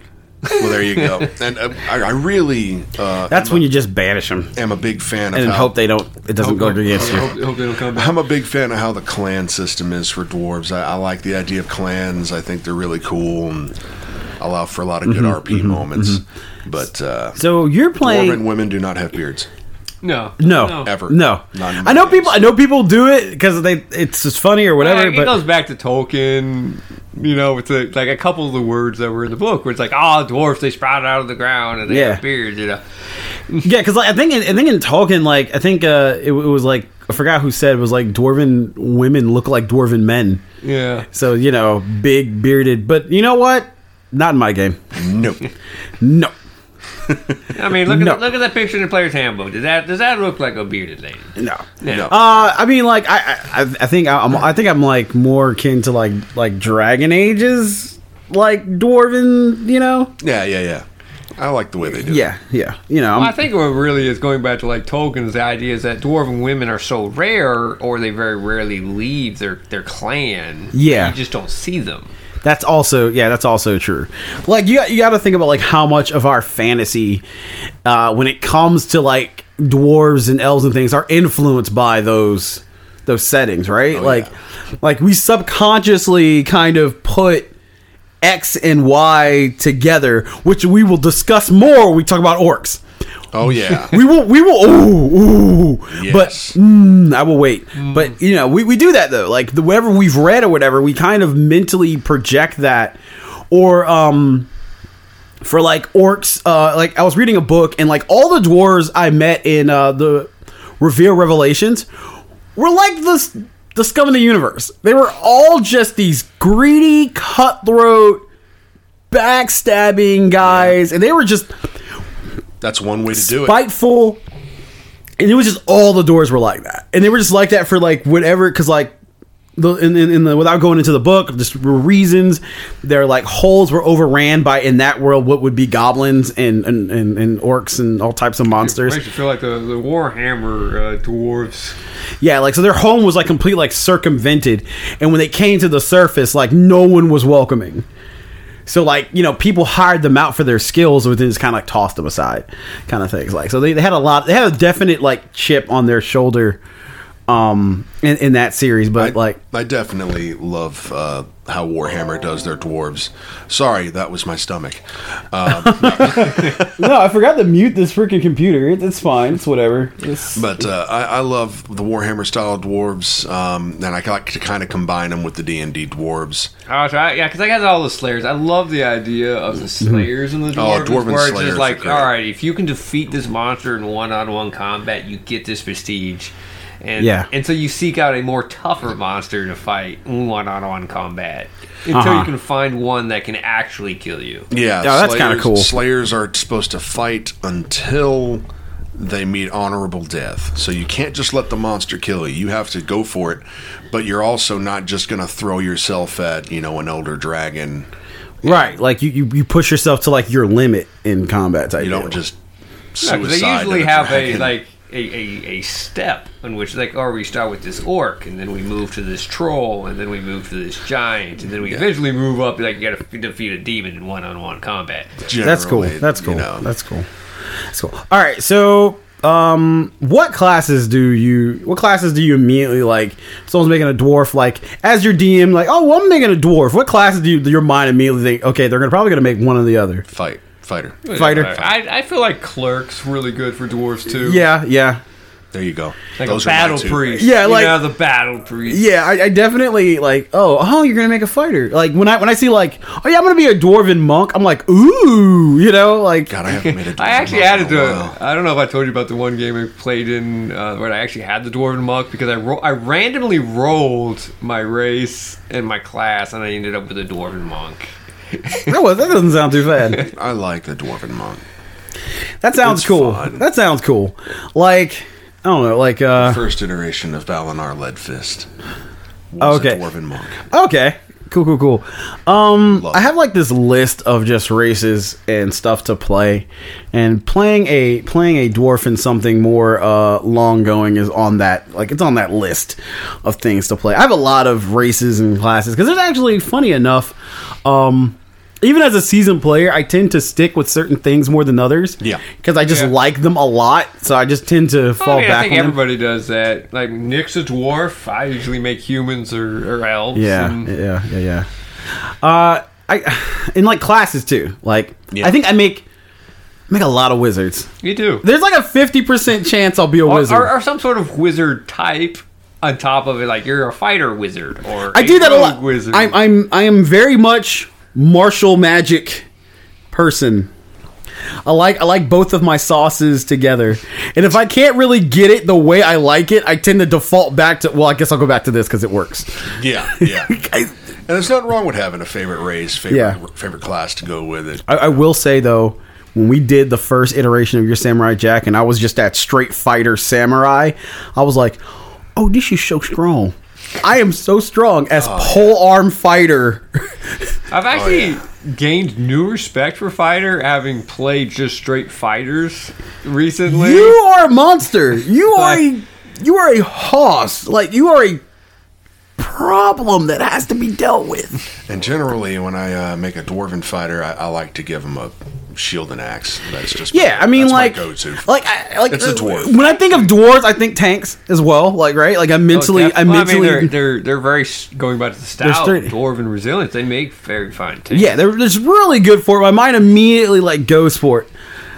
[SPEAKER 2] Well, there you go. And uh, I, I really uh,
[SPEAKER 1] That's when you just banish them
[SPEAKER 2] am a big fan of
[SPEAKER 1] and
[SPEAKER 2] how
[SPEAKER 1] hope they don't. It doesn't go against you.
[SPEAKER 3] hope, hope they don't come back.
[SPEAKER 2] I'm a big fan of how the clan system is for dwarves. I, I like the idea of clans. I think they're really cool and allow for a lot of
[SPEAKER 1] Mm-hmm.
[SPEAKER 2] good RP moments. But uh,
[SPEAKER 1] So you're
[SPEAKER 2] dwarven
[SPEAKER 1] playing.
[SPEAKER 2] women do not have beards.
[SPEAKER 3] No,
[SPEAKER 1] No,
[SPEAKER 2] Ever.
[SPEAKER 1] No,
[SPEAKER 2] Not in
[SPEAKER 1] I know
[SPEAKER 2] movies.
[SPEAKER 1] people. I know people do it because they it's just funny or whatever.
[SPEAKER 3] Like, it
[SPEAKER 1] but
[SPEAKER 3] goes back to Tolkien, you know, with the, like a couple of the words that were in the book, where it's like, oh, dwarfs, they sprouted out of the ground and they
[SPEAKER 1] Yeah.
[SPEAKER 3] have beards, you know.
[SPEAKER 1] yeah, because like, I think I think in Tolkien, like I think uh, it, it was like I forgot who said it was like dwarven women look like dwarven men.
[SPEAKER 3] Yeah.
[SPEAKER 1] So you know, big bearded. But you know what? Not in my game.
[SPEAKER 2] Nope.
[SPEAKER 1] No.
[SPEAKER 3] I mean, look,
[SPEAKER 1] No.
[SPEAKER 3] at, the- look at that picture in the player's handbook. Does that does that look like a bearded lady?
[SPEAKER 1] No.
[SPEAKER 2] no.
[SPEAKER 1] Uh, I mean, like I, I, I think I'm, I think I'm like more akin to like like Dragon Ages, like dwarven. You know?
[SPEAKER 2] yeah, yeah, yeah. I like the way they do it.
[SPEAKER 1] Yeah, yeah. You know,
[SPEAKER 3] Well, I
[SPEAKER 1] I'm-
[SPEAKER 3] think what really is going back to like Tolkien's idea is that dwarven women are so rare, or they very rarely leave their their clan.
[SPEAKER 1] Yeah.
[SPEAKER 3] you just don't see them.
[SPEAKER 1] That's also yeah, that's also true. Like you you got to think about like how much of our fantasy uh when it comes to like dwarves and elves and things are influenced by those those settings, right? like like we subconsciously kind of put X and Y together, which we will discuss more when we talk about orcs.
[SPEAKER 2] Oh, yeah.
[SPEAKER 1] We will, we will, ooh, ooh. But
[SPEAKER 2] Yes.
[SPEAKER 1] mm, I will wait. But, you know, we, we do that though. Like, the, whatever we've read or whatever, we kind of mentally project that. Or, um, for like orcs. Uh, like I was reading a book, and like all the dwarves I met in uh, the Revere Revelations were like this the scum of the universe. They were all just these greedy, cutthroat, backstabbing guys, and they were just
[SPEAKER 2] That's one way to do it.
[SPEAKER 1] spiteful. And it was just all the doors were like that, and they were just like that for like whatever, because like the in, in, in the without going into the book, just were reasons their like holes were overran by in that world what would be goblins and and, and, and orcs and all types of monsters.
[SPEAKER 3] Makes you feel like the, the Warhammer uh, dwarves.
[SPEAKER 1] Yeah, like so their home was like complete like circumvented, and when they came to the surface, like no one was welcoming. So like you know, people hired them out for their skills, but then just kind of like tossed them aside, kind of things. Like so, they, they had a lot. They had a definite like chip on their shoulder, um, in, in that series. But like,
[SPEAKER 2] I definitely love uh, how Warhammer does their dwarves. Sorry, that was my stomach.
[SPEAKER 1] no, I forgot to mute this freaking computer. It's fine. It's whatever.
[SPEAKER 2] But uh, I, I love the Warhammer style dwarves, um, and I like to kind of combine them with the D and D dwarves.
[SPEAKER 3] Oh, so I, yeah, because I got all the Slayers. I love the idea of the
[SPEAKER 1] Mm-hmm.
[SPEAKER 3] Slayers and the Dwarves.
[SPEAKER 2] Oh, Dwarven
[SPEAKER 3] where it's
[SPEAKER 2] Slayers
[SPEAKER 3] just
[SPEAKER 2] are
[SPEAKER 3] like,
[SPEAKER 2] great.
[SPEAKER 3] all right, if you can defeat this monster in one-on-one combat, you get this prestige. And,
[SPEAKER 1] Yeah.
[SPEAKER 3] and so you seek out a more tougher monster to fight in one-on-one combat until
[SPEAKER 1] Uh-huh.
[SPEAKER 3] you can find one that can actually kill you.
[SPEAKER 1] Yeah,
[SPEAKER 2] Yeah,
[SPEAKER 1] Oh, that's kinda
[SPEAKER 2] Slayers-
[SPEAKER 1] cool.
[SPEAKER 2] Slayers are supposed to fight until they meet honorable death. So you can't just let the monster kill you. You have to go for it, but you're also not just going to throw yourself at you know an older dragon.
[SPEAKER 1] right, like you, you you push yourself to like your limit in combat. Type
[SPEAKER 2] You
[SPEAKER 1] deal.
[SPEAKER 2] don't just
[SPEAKER 3] Yeah, 'cause
[SPEAKER 2] suicide.
[SPEAKER 3] they usually
[SPEAKER 2] a
[SPEAKER 3] have a
[SPEAKER 2] dragon.
[SPEAKER 3] like a, a, a step in which like oh we start with this orc and then we move to this troll and then we move to this giant and then we eventually move up like you gotta f- defeat a demon in one-on-one combat
[SPEAKER 1] That's cool.
[SPEAKER 2] generally,
[SPEAKER 1] That's
[SPEAKER 2] you
[SPEAKER 1] cool.
[SPEAKER 2] know.
[SPEAKER 1] That's cool. That's cool. All right. So, um, what classes do you? What classes do you immediately like? if Someone's making a dwarf. Like as your DM, like oh, well, I'm making a dwarf. What classes do you, your mind immediately think? Okay, they're gonna probably gonna make one or the other.
[SPEAKER 2] fight fighter.
[SPEAKER 1] Fighter.
[SPEAKER 3] I, I feel like clerk's really good for dwarves too
[SPEAKER 1] Yeah, yeah,
[SPEAKER 2] There you go.
[SPEAKER 3] like
[SPEAKER 2] Those
[SPEAKER 3] a
[SPEAKER 2] are my
[SPEAKER 3] battle
[SPEAKER 2] two.
[SPEAKER 3] priest
[SPEAKER 1] Yeah,
[SPEAKER 3] You
[SPEAKER 1] like-
[SPEAKER 3] know, the battle priest
[SPEAKER 1] yeah. I, I definitely like. Oh, oh, you're gonna make a fighter. Like when I when I see like, oh yeah, I'm gonna be a dwarven monk. I'm like, ooh, you know, like
[SPEAKER 2] God, I haven't made a
[SPEAKER 3] I actually
[SPEAKER 2] dwarf in
[SPEAKER 3] added
[SPEAKER 2] a
[SPEAKER 3] the.
[SPEAKER 2] while.
[SPEAKER 3] I don't know if I told you about the one game I played in uh, where I actually had the dwarven monk because I ro- I randomly rolled my race and my class and I ended up with a dwarven monk.
[SPEAKER 1] that was that doesn't sound too bad.
[SPEAKER 2] I like the dwarven monk.
[SPEAKER 1] That sounds
[SPEAKER 2] It's
[SPEAKER 1] cool.
[SPEAKER 2] fun.
[SPEAKER 1] That sounds cool. Like I don't know, like uh.
[SPEAKER 2] First iteration of Valinor Leadfist. Was
[SPEAKER 1] Okay.
[SPEAKER 2] a dwarven monk.
[SPEAKER 1] Okay. Cool, cool, cool. Um,
[SPEAKER 2] Love
[SPEAKER 1] I have like this list of just races and stuff to play, and playing a playing a dwarf in something more uh, long going is on that like it's on that list of things to play. I have a lot of races and classes because there's actually funny enough. Um, even as a seasoned player, I tend to stick with certain things more than others.
[SPEAKER 2] Yeah.
[SPEAKER 1] because I just
[SPEAKER 3] Yeah.
[SPEAKER 1] like them a lot, so I just tend to fall
[SPEAKER 3] I, mean, I
[SPEAKER 1] back.
[SPEAKER 3] think
[SPEAKER 1] on them.
[SPEAKER 3] everybody does that. Like Nick's a dwarf. I usually make humans or, or elves.
[SPEAKER 1] Yeah,
[SPEAKER 3] and-
[SPEAKER 1] yeah, yeah, yeah. Uh, I in like classes too. Like
[SPEAKER 2] Yeah.
[SPEAKER 1] I think I make make a lot of wizards.
[SPEAKER 3] you do.
[SPEAKER 1] There's like a fifty percent chance I'll be a
[SPEAKER 3] Or,
[SPEAKER 1] wizard.
[SPEAKER 3] or, or some sort of wizard type on top of it. Like you're a fighter wizard or
[SPEAKER 1] I do that a
[SPEAKER 3] rogue
[SPEAKER 1] lot.
[SPEAKER 3] Wizard.
[SPEAKER 1] I'm I'm I am very much martial magic person. I like I like both of my sauces together, and if I can't really get it the way I like it, I tend to default back to. Well, I guess I'll go back to this because it works.
[SPEAKER 2] Yeah, yeah. and
[SPEAKER 1] I-
[SPEAKER 2] there's nothing wrong with having a favorite race, favorite
[SPEAKER 1] Yeah.
[SPEAKER 2] favorite class to go with it.
[SPEAKER 1] I, I will say though, when we did the first iteration of your Samurai Jack, and I was just that straight fighter samurai, I was like, "Oh, this is so strong." I am so strong as pole arm fighter.
[SPEAKER 3] I've actually gained new respect for fighter having played just straight fighters recently. Oh,
[SPEAKER 1] you are a monster. You are a you are a hoss. Like you are a problem that has to be dealt with.
[SPEAKER 2] And generally, when I uh, make a dwarven fighter, I, I like to give him a shield and axe. That's just
[SPEAKER 1] Yeah, I mean,
[SPEAKER 2] that's my
[SPEAKER 1] like,
[SPEAKER 2] go-to.
[SPEAKER 1] like, I, like uh,
[SPEAKER 2] It's a dwarf.
[SPEAKER 1] When I think of dwarves, I think tanks as well. Like, right? Like, I mentally,
[SPEAKER 3] Oh, Well,
[SPEAKER 1] I
[SPEAKER 3] mean,
[SPEAKER 1] mentally.
[SPEAKER 3] they're, they're they're very s- going back to the style
[SPEAKER 1] sturdy.
[SPEAKER 3] dwarven resilience. They make very fine tanks.
[SPEAKER 1] Yeah, they're just really good for it. My mind immediately like goes for it.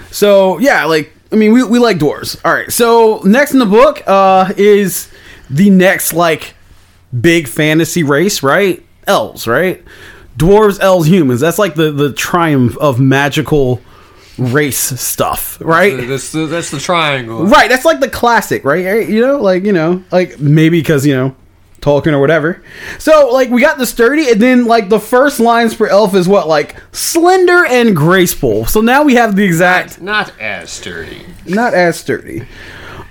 [SPEAKER 1] So yeah, like I mean, we we like dwarves. All right. So next in the book uh, is the next like big fantasy race, right? Elves, right? dwarves, elves, humans. That's like the the triumph of magical race stuff, right?
[SPEAKER 3] That's the, that's the triangle.
[SPEAKER 1] Right, that's like the classic, right? Eh, You know, like you know, like maybe because you know Tolkien or whatever. So like we got the sturdy, and then like the first lines for elf is what like slender and graceful. So now we have the exact,
[SPEAKER 3] Not as sturdy.
[SPEAKER 1] not as sturdy.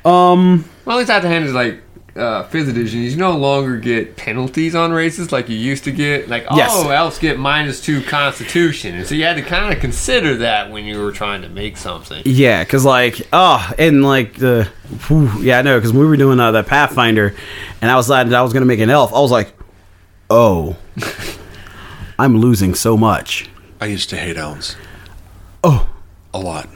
[SPEAKER 3] Well, at least I have to hand is like uh, fifth edition. You no longer get penalties on races like you used to get. Like
[SPEAKER 1] Yes.
[SPEAKER 3] oh, elves get minus two constitution, and so you had to kind of consider that when you were trying to make something.
[SPEAKER 1] Yeah, because like oh, and like the whew, yeah, I know because we were doing uh, that Pathfinder, and I was decided I was gonna make an elf. I was like, oh, I'm losing so much.
[SPEAKER 2] I used to hate elves
[SPEAKER 1] Oh,
[SPEAKER 2] a lot.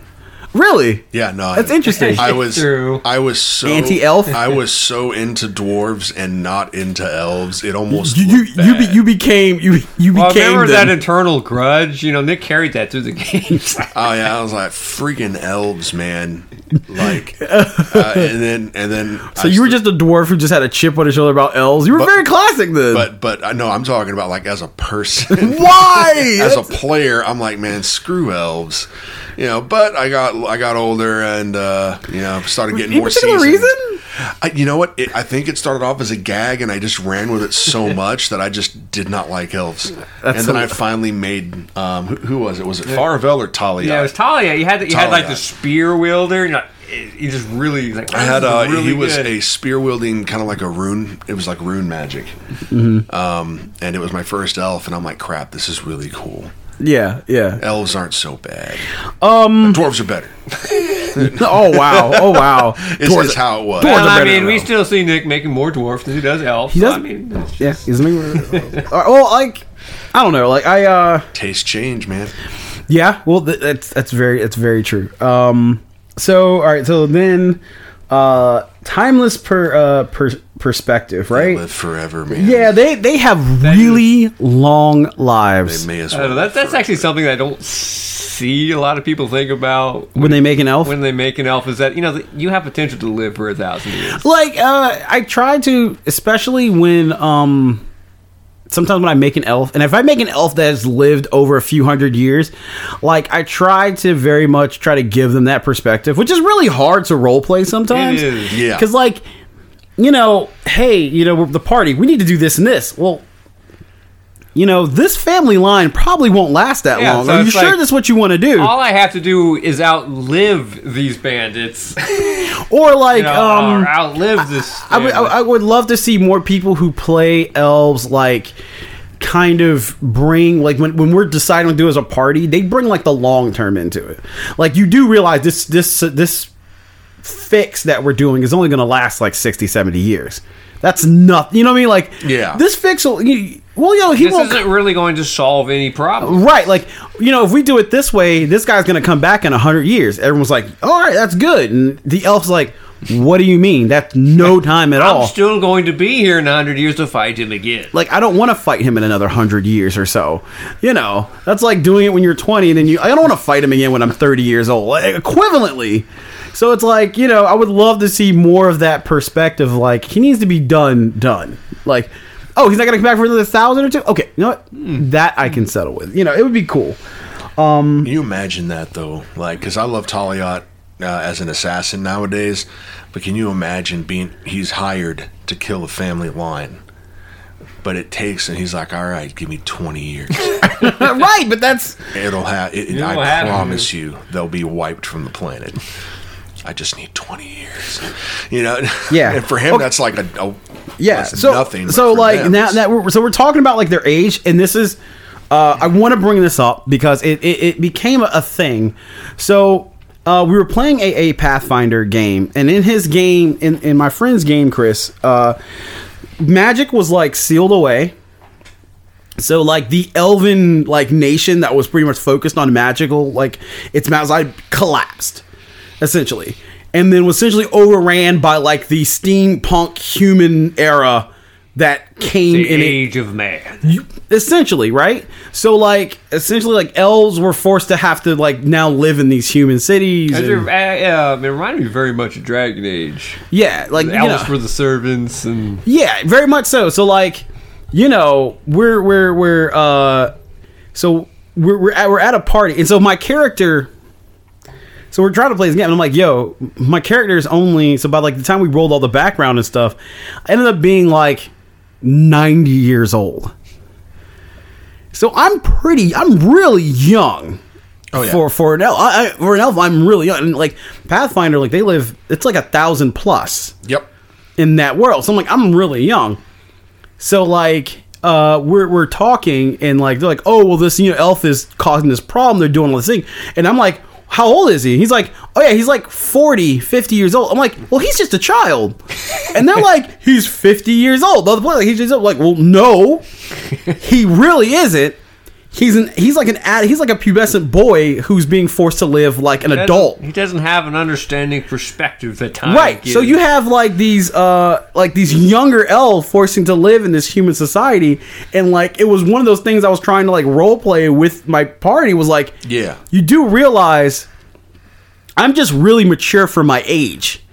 [SPEAKER 1] really?
[SPEAKER 2] Yeah, no,
[SPEAKER 1] That's
[SPEAKER 2] I-
[SPEAKER 1] interesting.
[SPEAKER 2] I was,
[SPEAKER 3] True.
[SPEAKER 2] I was so
[SPEAKER 1] Anti-elf?
[SPEAKER 2] I was so into dwarves and not into elves. It almost
[SPEAKER 1] You you
[SPEAKER 2] looked
[SPEAKER 1] you, be,
[SPEAKER 2] bad.
[SPEAKER 1] you became you you became
[SPEAKER 3] Well, remember
[SPEAKER 1] them.
[SPEAKER 3] that internal grudge? You know, Nick carried that through the games.
[SPEAKER 2] Oh yeah, I was like freaking elves, man. Like, uh, and then and then.
[SPEAKER 1] So you were just a dwarf who just had a chip on his shoulder about elves. You were very classic then.
[SPEAKER 2] But but I no, I'm talking about like as a person.
[SPEAKER 1] why?
[SPEAKER 2] as a player, I'm like, man, screw elves, you know. But I got I got older and uh, you know started getting
[SPEAKER 1] Any
[SPEAKER 2] more
[SPEAKER 1] particular
[SPEAKER 2] seasoned.
[SPEAKER 1] reason?
[SPEAKER 2] I, you know what? It, I think it started off as a gag, and I just ran with it so much that I just did not like elves. and then I finally made um, who, who was it? Was it Faravel or Talia?
[SPEAKER 3] yeah, it was Talia. You had the, you had like
[SPEAKER 2] Talia.
[SPEAKER 3] the spear wielder. You know, it- you just really like
[SPEAKER 2] I had uh,
[SPEAKER 3] really
[SPEAKER 2] he was
[SPEAKER 3] good.
[SPEAKER 2] a spear wielding kind of like a rune. It was like rune magic,
[SPEAKER 1] Mm-hmm.
[SPEAKER 2] um, and it was my first elf, and I'm like, crap, this is really cool.
[SPEAKER 1] yeah, yeah.
[SPEAKER 2] Elves aren't so bad. Um, dwarves are better.
[SPEAKER 1] oh wow, oh wow.
[SPEAKER 2] Is,
[SPEAKER 1] Dwarves-
[SPEAKER 2] is how it was.
[SPEAKER 1] dwarves-
[SPEAKER 3] Well,
[SPEAKER 1] are
[SPEAKER 3] I
[SPEAKER 1] better
[SPEAKER 3] mean,
[SPEAKER 1] than
[SPEAKER 3] we
[SPEAKER 1] elves.
[SPEAKER 3] still see Nick making more dwarfs than he does elves.
[SPEAKER 1] He
[SPEAKER 3] so,
[SPEAKER 1] does-
[SPEAKER 3] I mean, that's
[SPEAKER 1] yeah, isn't he? All right, well, like I don't know. Like I uh
[SPEAKER 2] Taste change, man.
[SPEAKER 1] yeah. Well, th- that's that's very that's very true. Um. So all right. So then, uh, timeless per uh per perspective, right?
[SPEAKER 2] Live forever, man.
[SPEAKER 1] Yeah, they they have really long lives.
[SPEAKER 2] They may as
[SPEAKER 3] I don't know.
[SPEAKER 2] well.
[SPEAKER 3] That, that's actually something that I don't see a lot of people think about
[SPEAKER 1] when they make an elf,
[SPEAKER 3] when they make an elf is that, you know, that you have potential to live for a thousand years.
[SPEAKER 1] like uh i try to especially when um sometimes when i make an elf and if i make an elf that has lived over a few hundred years like i try to very much try to give them that perspective which is really hard to role play sometimes
[SPEAKER 3] It is.
[SPEAKER 2] Yeah.
[SPEAKER 1] because like you know hey you know we're the party we need to do this and this well you know this family line probably won't last that
[SPEAKER 3] Yeah,
[SPEAKER 1] long
[SPEAKER 3] so
[SPEAKER 1] are you
[SPEAKER 3] it's
[SPEAKER 1] sure
[SPEAKER 3] like-
[SPEAKER 1] that's what you want to do
[SPEAKER 3] All I have to do is outlive these bandits,
[SPEAKER 1] or like
[SPEAKER 3] you know,
[SPEAKER 1] um
[SPEAKER 3] or outlive this.
[SPEAKER 1] I would, I, I would love to see more people who play elves like kind of bring like when, when we're deciding what to do as a party they bring like the long term into it like you do realize this this this fix that we're doing is only going to last like 60 70 years that's nothing you know what i mean like
[SPEAKER 2] Yeah.
[SPEAKER 1] this fix will you, well you know he
[SPEAKER 3] this
[SPEAKER 1] won't
[SPEAKER 3] isn't really going to solve any problem.
[SPEAKER 1] Right, like you know, if we do it this way, this guy's gonna come back in hundred years. Everyone's like, "All right, that's good," and the elf's like, "What do you mean? That's no time at all."
[SPEAKER 3] I'm still going to be here in a hundred years to fight him again.
[SPEAKER 1] like I don't want to fight him in another hundred years or so. You know, that's like doing it when you're 20, and then you I don't want to fight him again when I'm 30 years old. Like, equivalently, so it's like you know I would love to see more of that perspective. Like he needs to be done, done. Like oh he's not gonna come back for another thousand or two. Okay, you know what? That I can settle with. You know, it would be cool.
[SPEAKER 2] Can you imagine that though? Like, because I love Taliot uh, as an assassin nowadays, but can you imagine being he's hired to kill a family line? But it takes, and he's like, "All right, give me twenty years.
[SPEAKER 1] right, but that's
[SPEAKER 2] It'll have. It,
[SPEAKER 3] It'll
[SPEAKER 2] I
[SPEAKER 3] happen.
[SPEAKER 2] promise you, they'll be wiped from the planet. I just need twenty years. You know.
[SPEAKER 1] Yeah.
[SPEAKER 2] and for him,
[SPEAKER 1] Okay.
[SPEAKER 2] that's like a, a
[SPEAKER 1] yeah.
[SPEAKER 2] that's
[SPEAKER 1] So
[SPEAKER 2] nothing. but
[SPEAKER 1] So
[SPEAKER 2] for
[SPEAKER 1] like
[SPEAKER 2] them,
[SPEAKER 1] now
[SPEAKER 2] it's-
[SPEAKER 1] that we're, so we're talking about like their age, and this is uh, I want to bring this up because it it, it became a, a thing. So. Uh, we were playing a, a Pathfinder game, and in his game, in, in my friend's game, Chris, uh, magic was like sealed away. So like the elven like nation that was pretty much focused on magical like its mountains side collapsed essentially and then was essentially overran by like the steampunk human era that came
[SPEAKER 3] The
[SPEAKER 1] in
[SPEAKER 3] age of man.
[SPEAKER 1] you- essentially right so like essentially like elves were forced to have to like now live in these human cities
[SPEAKER 3] uh, um, It
[SPEAKER 1] and-
[SPEAKER 3] reminded me very much of Dragon Age.
[SPEAKER 1] yeah like you
[SPEAKER 3] Elves
[SPEAKER 1] know.
[SPEAKER 3] were the servants and
[SPEAKER 1] Yeah, very much so. So like, you know, we're we're we're uh So we're we're at, we're at a party, and so my character. So we're trying to play this game, and I'm like, "Yo, my character is only." So by like the time we rolled all the background and stuff, I ended up being like ninety years old. So I'm pretty. I'm really young.
[SPEAKER 2] Oh, yeah.
[SPEAKER 1] For for an elf, I, I, for an elf, I'm really young. And like Pathfinder, like they live. It's like a thousand plus
[SPEAKER 2] Yep.
[SPEAKER 1] in that world. So I'm like, I'm really young. So like, uh, we're we're talking and like they're like, oh well, this you know elf is causing this problem. They're doing all this thing, and I'm like, how old is he? He's like, oh yeah, he's like 40, 50 years old. I'm like, well, he's just a child, and they're like, he's 50 years old. The other point, like, he's just like, well, no, he really isn't. He's an he's like an ad, he's like a pubescent boy who's being forced to live like an adult.
[SPEAKER 3] He doesn't have an understanding perspective that time.
[SPEAKER 1] Right.
[SPEAKER 3] gives.
[SPEAKER 1] So you have like these uh like these younger elves forcing to live in this human society and like it was one of those things I was trying to like role play with my party was like
[SPEAKER 2] Yeah.
[SPEAKER 1] you do realize I'm just really mature for my age.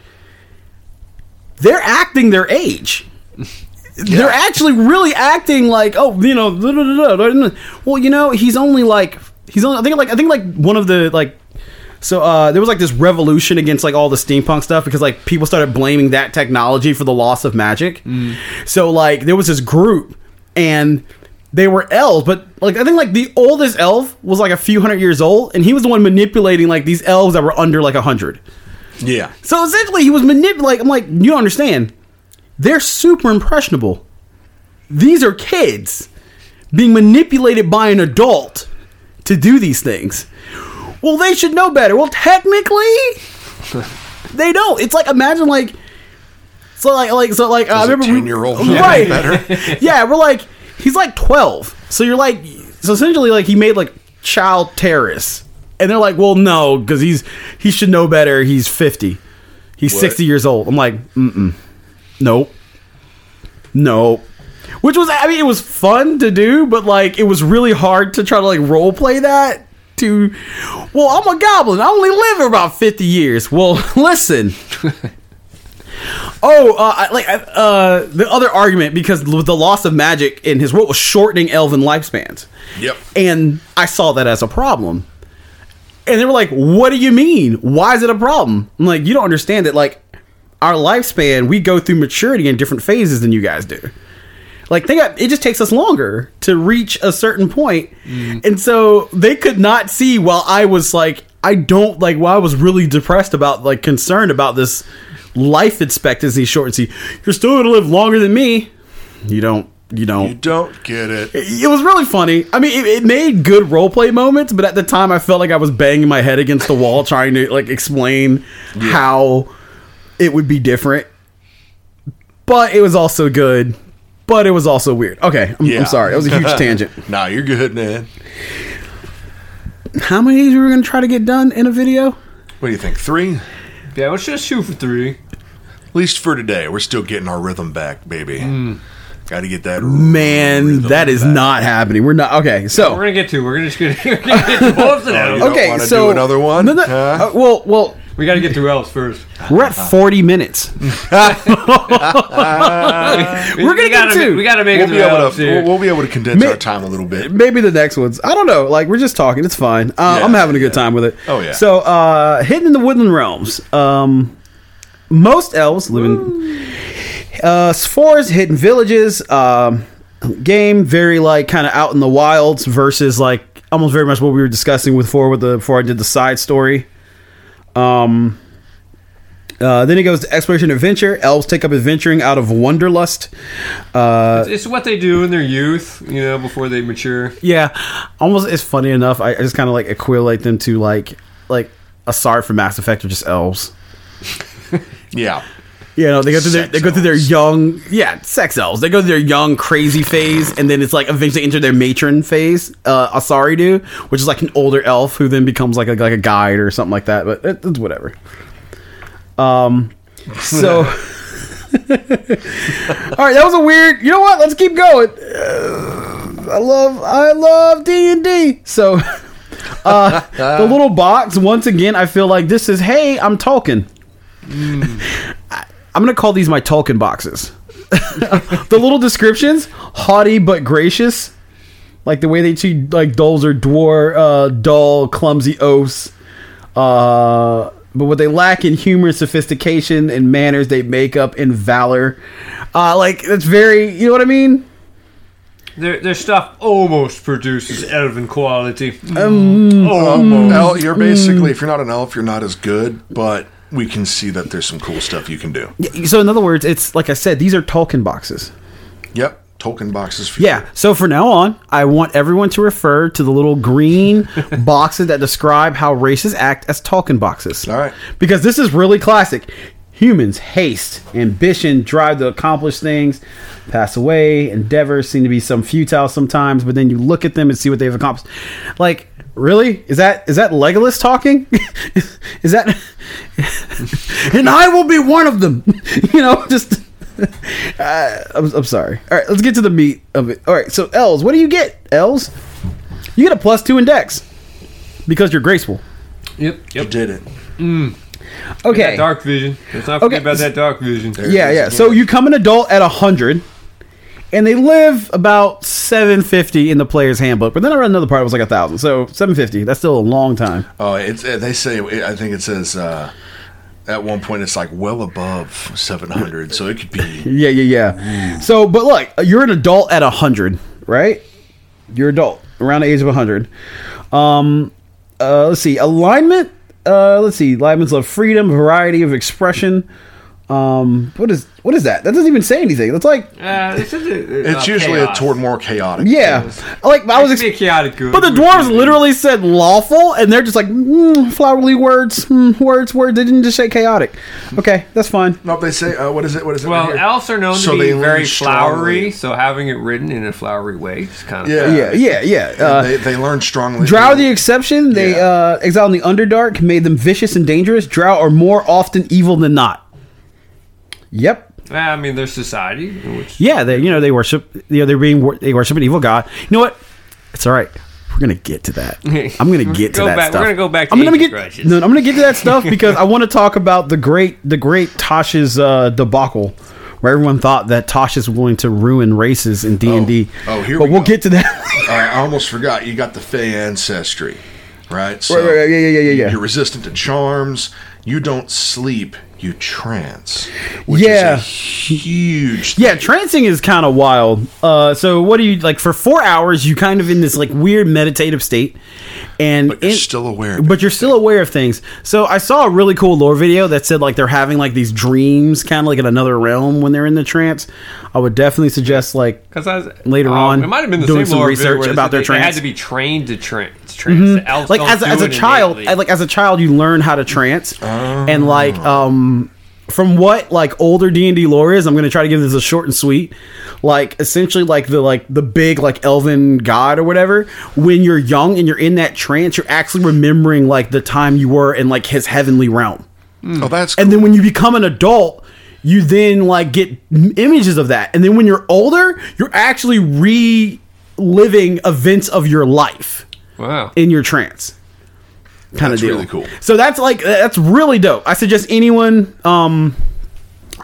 [SPEAKER 1] They're acting their age. They're actually really acting like, oh, you know, da, da, da, da, da, da. well, you know, he's only like he's only I think like I think like one of the like so uh there was like this revolution against like all the steampunk stuff because like people started blaming that technology for the loss of magic. So like there was this group and they were elves, but like I think like the oldest elf was like a few hundred years old, and he was the one manipulating like these elves that were under like a hundred.
[SPEAKER 2] Yeah.
[SPEAKER 1] So essentially, he was manipulating. Like, I'm like, you don't understand. They're super impressionable. These are kids being manipulated by an adult to do these things. Well, they should know better. Well, technically, they don't. It's like imagine like so like like so like uh, I
[SPEAKER 2] As a
[SPEAKER 1] remember we-
[SPEAKER 2] 10-year-old know
[SPEAKER 1] right
[SPEAKER 2] better.
[SPEAKER 1] yeah, we're like he's like twelve. So you're like so essentially like he made like child terrorists, and they're like, well, no, because he's he should know better. He's fifty. He's
[SPEAKER 2] What?
[SPEAKER 1] sixty years old. I'm like, mm mm, nope, nope. Which was I mean, it was fun to do, but like it was really hard to try to like role play that. To well, I'm a goblin. I only live for about fifty years. Well, listen. Oh, uh, I, like I- uh, the other argument because l- the loss of magic in his world was shortening elven lifespans,
[SPEAKER 2] Yep.
[SPEAKER 1] and I saw that as a problem. And they were like, "What do you mean? Why is it a problem?" I'm like, "You don't understand that. Like, our lifespan, we go through maturity in different phases than you guys do. Like, they got it just takes us longer to reach a certain point, and so they could not see while I was like, I don't like while I was really depressed about like concerned about this life expectancy shortency. You're still going to live longer than me. You don't. You don't
[SPEAKER 2] You don't get it.
[SPEAKER 1] it was really funny. I mean, it, it made good roleplay moments, but at the time, I felt like I was banging my head against the wall trying to like explain how it would be different. But it was also good. But it was also weird. Okay, I'm,
[SPEAKER 2] Yeah.
[SPEAKER 1] I'm sorry. That was a huge tangent.
[SPEAKER 2] Nah, you're good, man.
[SPEAKER 1] How many of these were we going to try to get done in a video?
[SPEAKER 2] What do you think? Three?
[SPEAKER 3] Yeah, let's just shoot for three.
[SPEAKER 2] At least for today. We're still getting our rhythm back, baby.
[SPEAKER 3] Mm.
[SPEAKER 2] Got to get that.
[SPEAKER 1] Man,
[SPEAKER 2] rhythm
[SPEAKER 1] that is
[SPEAKER 2] back.
[SPEAKER 1] not happening. We're not okay. So
[SPEAKER 3] We're gonna get two. We're gonna just gonna, we're gonna get to elves and elves.
[SPEAKER 2] don't
[SPEAKER 1] okay,
[SPEAKER 2] wanna
[SPEAKER 1] so
[SPEAKER 2] do another one,
[SPEAKER 1] No, no,
[SPEAKER 2] huh?
[SPEAKER 1] uh, well, well,
[SPEAKER 3] We gotta get through elves first.
[SPEAKER 1] we're at 40 minutes.
[SPEAKER 3] We're
[SPEAKER 1] gonna get
[SPEAKER 3] gotta,
[SPEAKER 1] two.
[SPEAKER 3] We gotta make
[SPEAKER 2] We'll
[SPEAKER 3] it
[SPEAKER 2] be,
[SPEAKER 3] through
[SPEAKER 2] able
[SPEAKER 3] elves
[SPEAKER 2] to,
[SPEAKER 3] here.
[SPEAKER 2] we'll, we'll be able to condense
[SPEAKER 1] Ma-
[SPEAKER 2] our time a little bit.
[SPEAKER 1] maybe the next ones. I don't know. Like we're just talking. It's fine. Uh, I'm having a good time with it.
[SPEAKER 2] Oh, yeah.
[SPEAKER 1] So uh, hidden in the woodland realms. Um, most elves live in uh, forests, hidden villages. Um, game very like kind of out in the wilds versus like almost very much what we were discussing with before with the before I did the side story. Um. Uh, then it goes to exploration and adventure. Elves take up adventuring out of wanderlust.
[SPEAKER 3] it's what they do in their youth, you know, before they mature.
[SPEAKER 1] Yeah, almost. It's funny enough. I, I just kind of like equate them to like like a Asard from Mass Effect or just elves.
[SPEAKER 2] Yeah.
[SPEAKER 1] You know, they go through their,
[SPEAKER 2] Sex
[SPEAKER 1] they go through their young yeah sex elves. They go through their young crazy phase, and then it's like eventually enter their matron phase. Uh, Asari do, which is like an older elf who then becomes like a, like a guide or something like that. But it, it's whatever. Um, so. All right, that was a weird. You know what? Let's keep going. Uh, I love, I love D and D. So, uh, the little box. Once again, I feel like this is. Hey, I'm Tolkien. I'm gonna call these my Tolkien boxes. the little descriptions: haughty but gracious, like the way they treat like dolls are dwar, uh, dull, clumsy oafs. Uh, but what they lack in humor, sophistication, and manners, they make up in valor. Uh, like that's very, you know what I mean?
[SPEAKER 3] Their, their stuff almost produces elven quality.
[SPEAKER 2] Mm-hmm.
[SPEAKER 1] Mm.
[SPEAKER 2] Um, elf, you're basically, if you're not an elf, you're not as good, but we can see that there's some cool stuff you can do.
[SPEAKER 1] So in other words, it's like I said, these are Tolkien boxes.
[SPEAKER 2] Yep. Token boxes for
[SPEAKER 1] Yeah. So for now on, I want everyone to refer to the little green boxes that describe how races act as Tolkien boxes.
[SPEAKER 2] All right.
[SPEAKER 1] Because this is really classic. Humans haste, ambition, drive to accomplish things, pass away, endeavors seem to be some futile sometimes, but then you look at them and see what they've accomplished. Like, really? Is that is that Legolas talking? is that And I will be one of them. you know, just uh, I'm, I'm sorry. All right, let's get to the meat of it. All right, so L's, what do you get? L's, you get a plus two index because you're graceful.
[SPEAKER 3] Yep,
[SPEAKER 2] You
[SPEAKER 3] yep.
[SPEAKER 2] did it.
[SPEAKER 1] Okay.
[SPEAKER 3] Dark vision. Let's not forget
[SPEAKER 1] Okay.
[SPEAKER 3] about that dark vision.
[SPEAKER 1] Yeah, yeah. So you come an adult at hundred, and they live about seven fifty in the player's handbook. But then I read another part; it was like a thousand. So seven fifty. That's still a long time.
[SPEAKER 2] Oh, it's, uh, they say, I think it says, uh, at one point it's like well above 700, so it could be.
[SPEAKER 1] Yeah, yeah, yeah. Mm. So, but look, you're an adult at 100, right? You're adult around the age of 100. Um, uh, let's see, alignment. Uh, let's see, alignments love freedom, variety of expression. Um, what is what is that? That doesn't even say anything. That's like,
[SPEAKER 3] Uh, this is a-
[SPEAKER 2] It's
[SPEAKER 3] uh,
[SPEAKER 2] usually
[SPEAKER 3] chaos.
[SPEAKER 2] a toward more chaotic.
[SPEAKER 1] yeah, like I
[SPEAKER 3] I
[SPEAKER 1] was.
[SPEAKER 3] was a
[SPEAKER 1] Ex-
[SPEAKER 3] chaotic good.
[SPEAKER 1] but the dwarves literally said lawful, and they're just like mm, flowery words, mm, words, words. They didn't just say chaotic. Okay, that's fine.
[SPEAKER 2] No, they say, uh, what is it? What is it?
[SPEAKER 3] Well,
[SPEAKER 2] right here?
[SPEAKER 3] elves are known
[SPEAKER 2] So
[SPEAKER 3] to be
[SPEAKER 2] they lean
[SPEAKER 3] very
[SPEAKER 2] strongly.
[SPEAKER 3] flowery, so having it written in a flowery way is kind of
[SPEAKER 2] Yeah.
[SPEAKER 1] Yeah, yeah, yeah. Uh,
[SPEAKER 2] they, they learn strongly.
[SPEAKER 1] Drow are the exception. They
[SPEAKER 2] Yeah.
[SPEAKER 1] uh, exile in the Underdark made them vicious and dangerous. Drow are more often evil than not. Yep.
[SPEAKER 3] I mean, their society, which
[SPEAKER 1] Yeah, they you know they worship you know they're being wor- they worship an evil god. You know what? It's all right. We're gonna get to that. I'm gonna get to
[SPEAKER 3] Go
[SPEAKER 1] that
[SPEAKER 3] back- we're
[SPEAKER 1] stuff.
[SPEAKER 3] gonna go back to
[SPEAKER 1] I'm gonna
[SPEAKER 3] ancient
[SPEAKER 1] get
[SPEAKER 3] grudges.
[SPEAKER 1] no. I'm gonna get to that stuff because I want to talk about the great the great Tosh's uh, debacle, where everyone thought that Tosh is willing to ruin races in D and D.
[SPEAKER 2] Oh, here
[SPEAKER 1] but
[SPEAKER 2] we
[SPEAKER 1] will
[SPEAKER 2] go.
[SPEAKER 1] get to that.
[SPEAKER 2] Uh, I almost forgot. You got the Fey ancestry, right? So
[SPEAKER 1] Right, right, right. Yeah, yeah, yeah, yeah, yeah.
[SPEAKER 2] You're resistant to charms. You don't sleep. You trance, which
[SPEAKER 1] Yeah.
[SPEAKER 2] is a huge.
[SPEAKER 1] Yeah, trancing is kind of wild. Uh, so what do you like for four hours? You kind of in this like weird meditative state, and
[SPEAKER 2] But you're
[SPEAKER 1] in-
[SPEAKER 2] still aware.
[SPEAKER 1] But you're still aware of things. So I saw a really cool lore video that said like they're having like these dreams, kind of like in another realm when they're in the trance. I would definitely suggest like
[SPEAKER 3] because I was
[SPEAKER 1] Later
[SPEAKER 3] um,
[SPEAKER 1] on,
[SPEAKER 3] it might have been the
[SPEAKER 1] doing
[SPEAKER 3] same
[SPEAKER 1] some
[SPEAKER 3] lore
[SPEAKER 1] research
[SPEAKER 3] video where they
[SPEAKER 1] about their
[SPEAKER 3] said they, they had
[SPEAKER 1] trance. Mm-hmm.
[SPEAKER 3] to be trained to tran- trance. The elves
[SPEAKER 1] like
[SPEAKER 3] don't
[SPEAKER 1] as a,
[SPEAKER 3] do
[SPEAKER 1] as a
[SPEAKER 3] it
[SPEAKER 1] child
[SPEAKER 3] innately. Oh.
[SPEAKER 1] like as a child you learn how to trance and like um from what like older d&d lore is i'm going to try to give this a short and sweet like essentially like the like the big like elven god or whatever when you're young and you're in that trance you're actually remembering like the time you were in like his heavenly realm
[SPEAKER 2] oh, that's
[SPEAKER 1] and then when you become an adult you then like get m- images of that and then when you're older you're actually reliving events of your life
[SPEAKER 3] wow.
[SPEAKER 1] in your trance kind of
[SPEAKER 2] That's
[SPEAKER 1] deal.
[SPEAKER 2] really cool.
[SPEAKER 1] So that's like that's really dope. I suggest anyone. Um,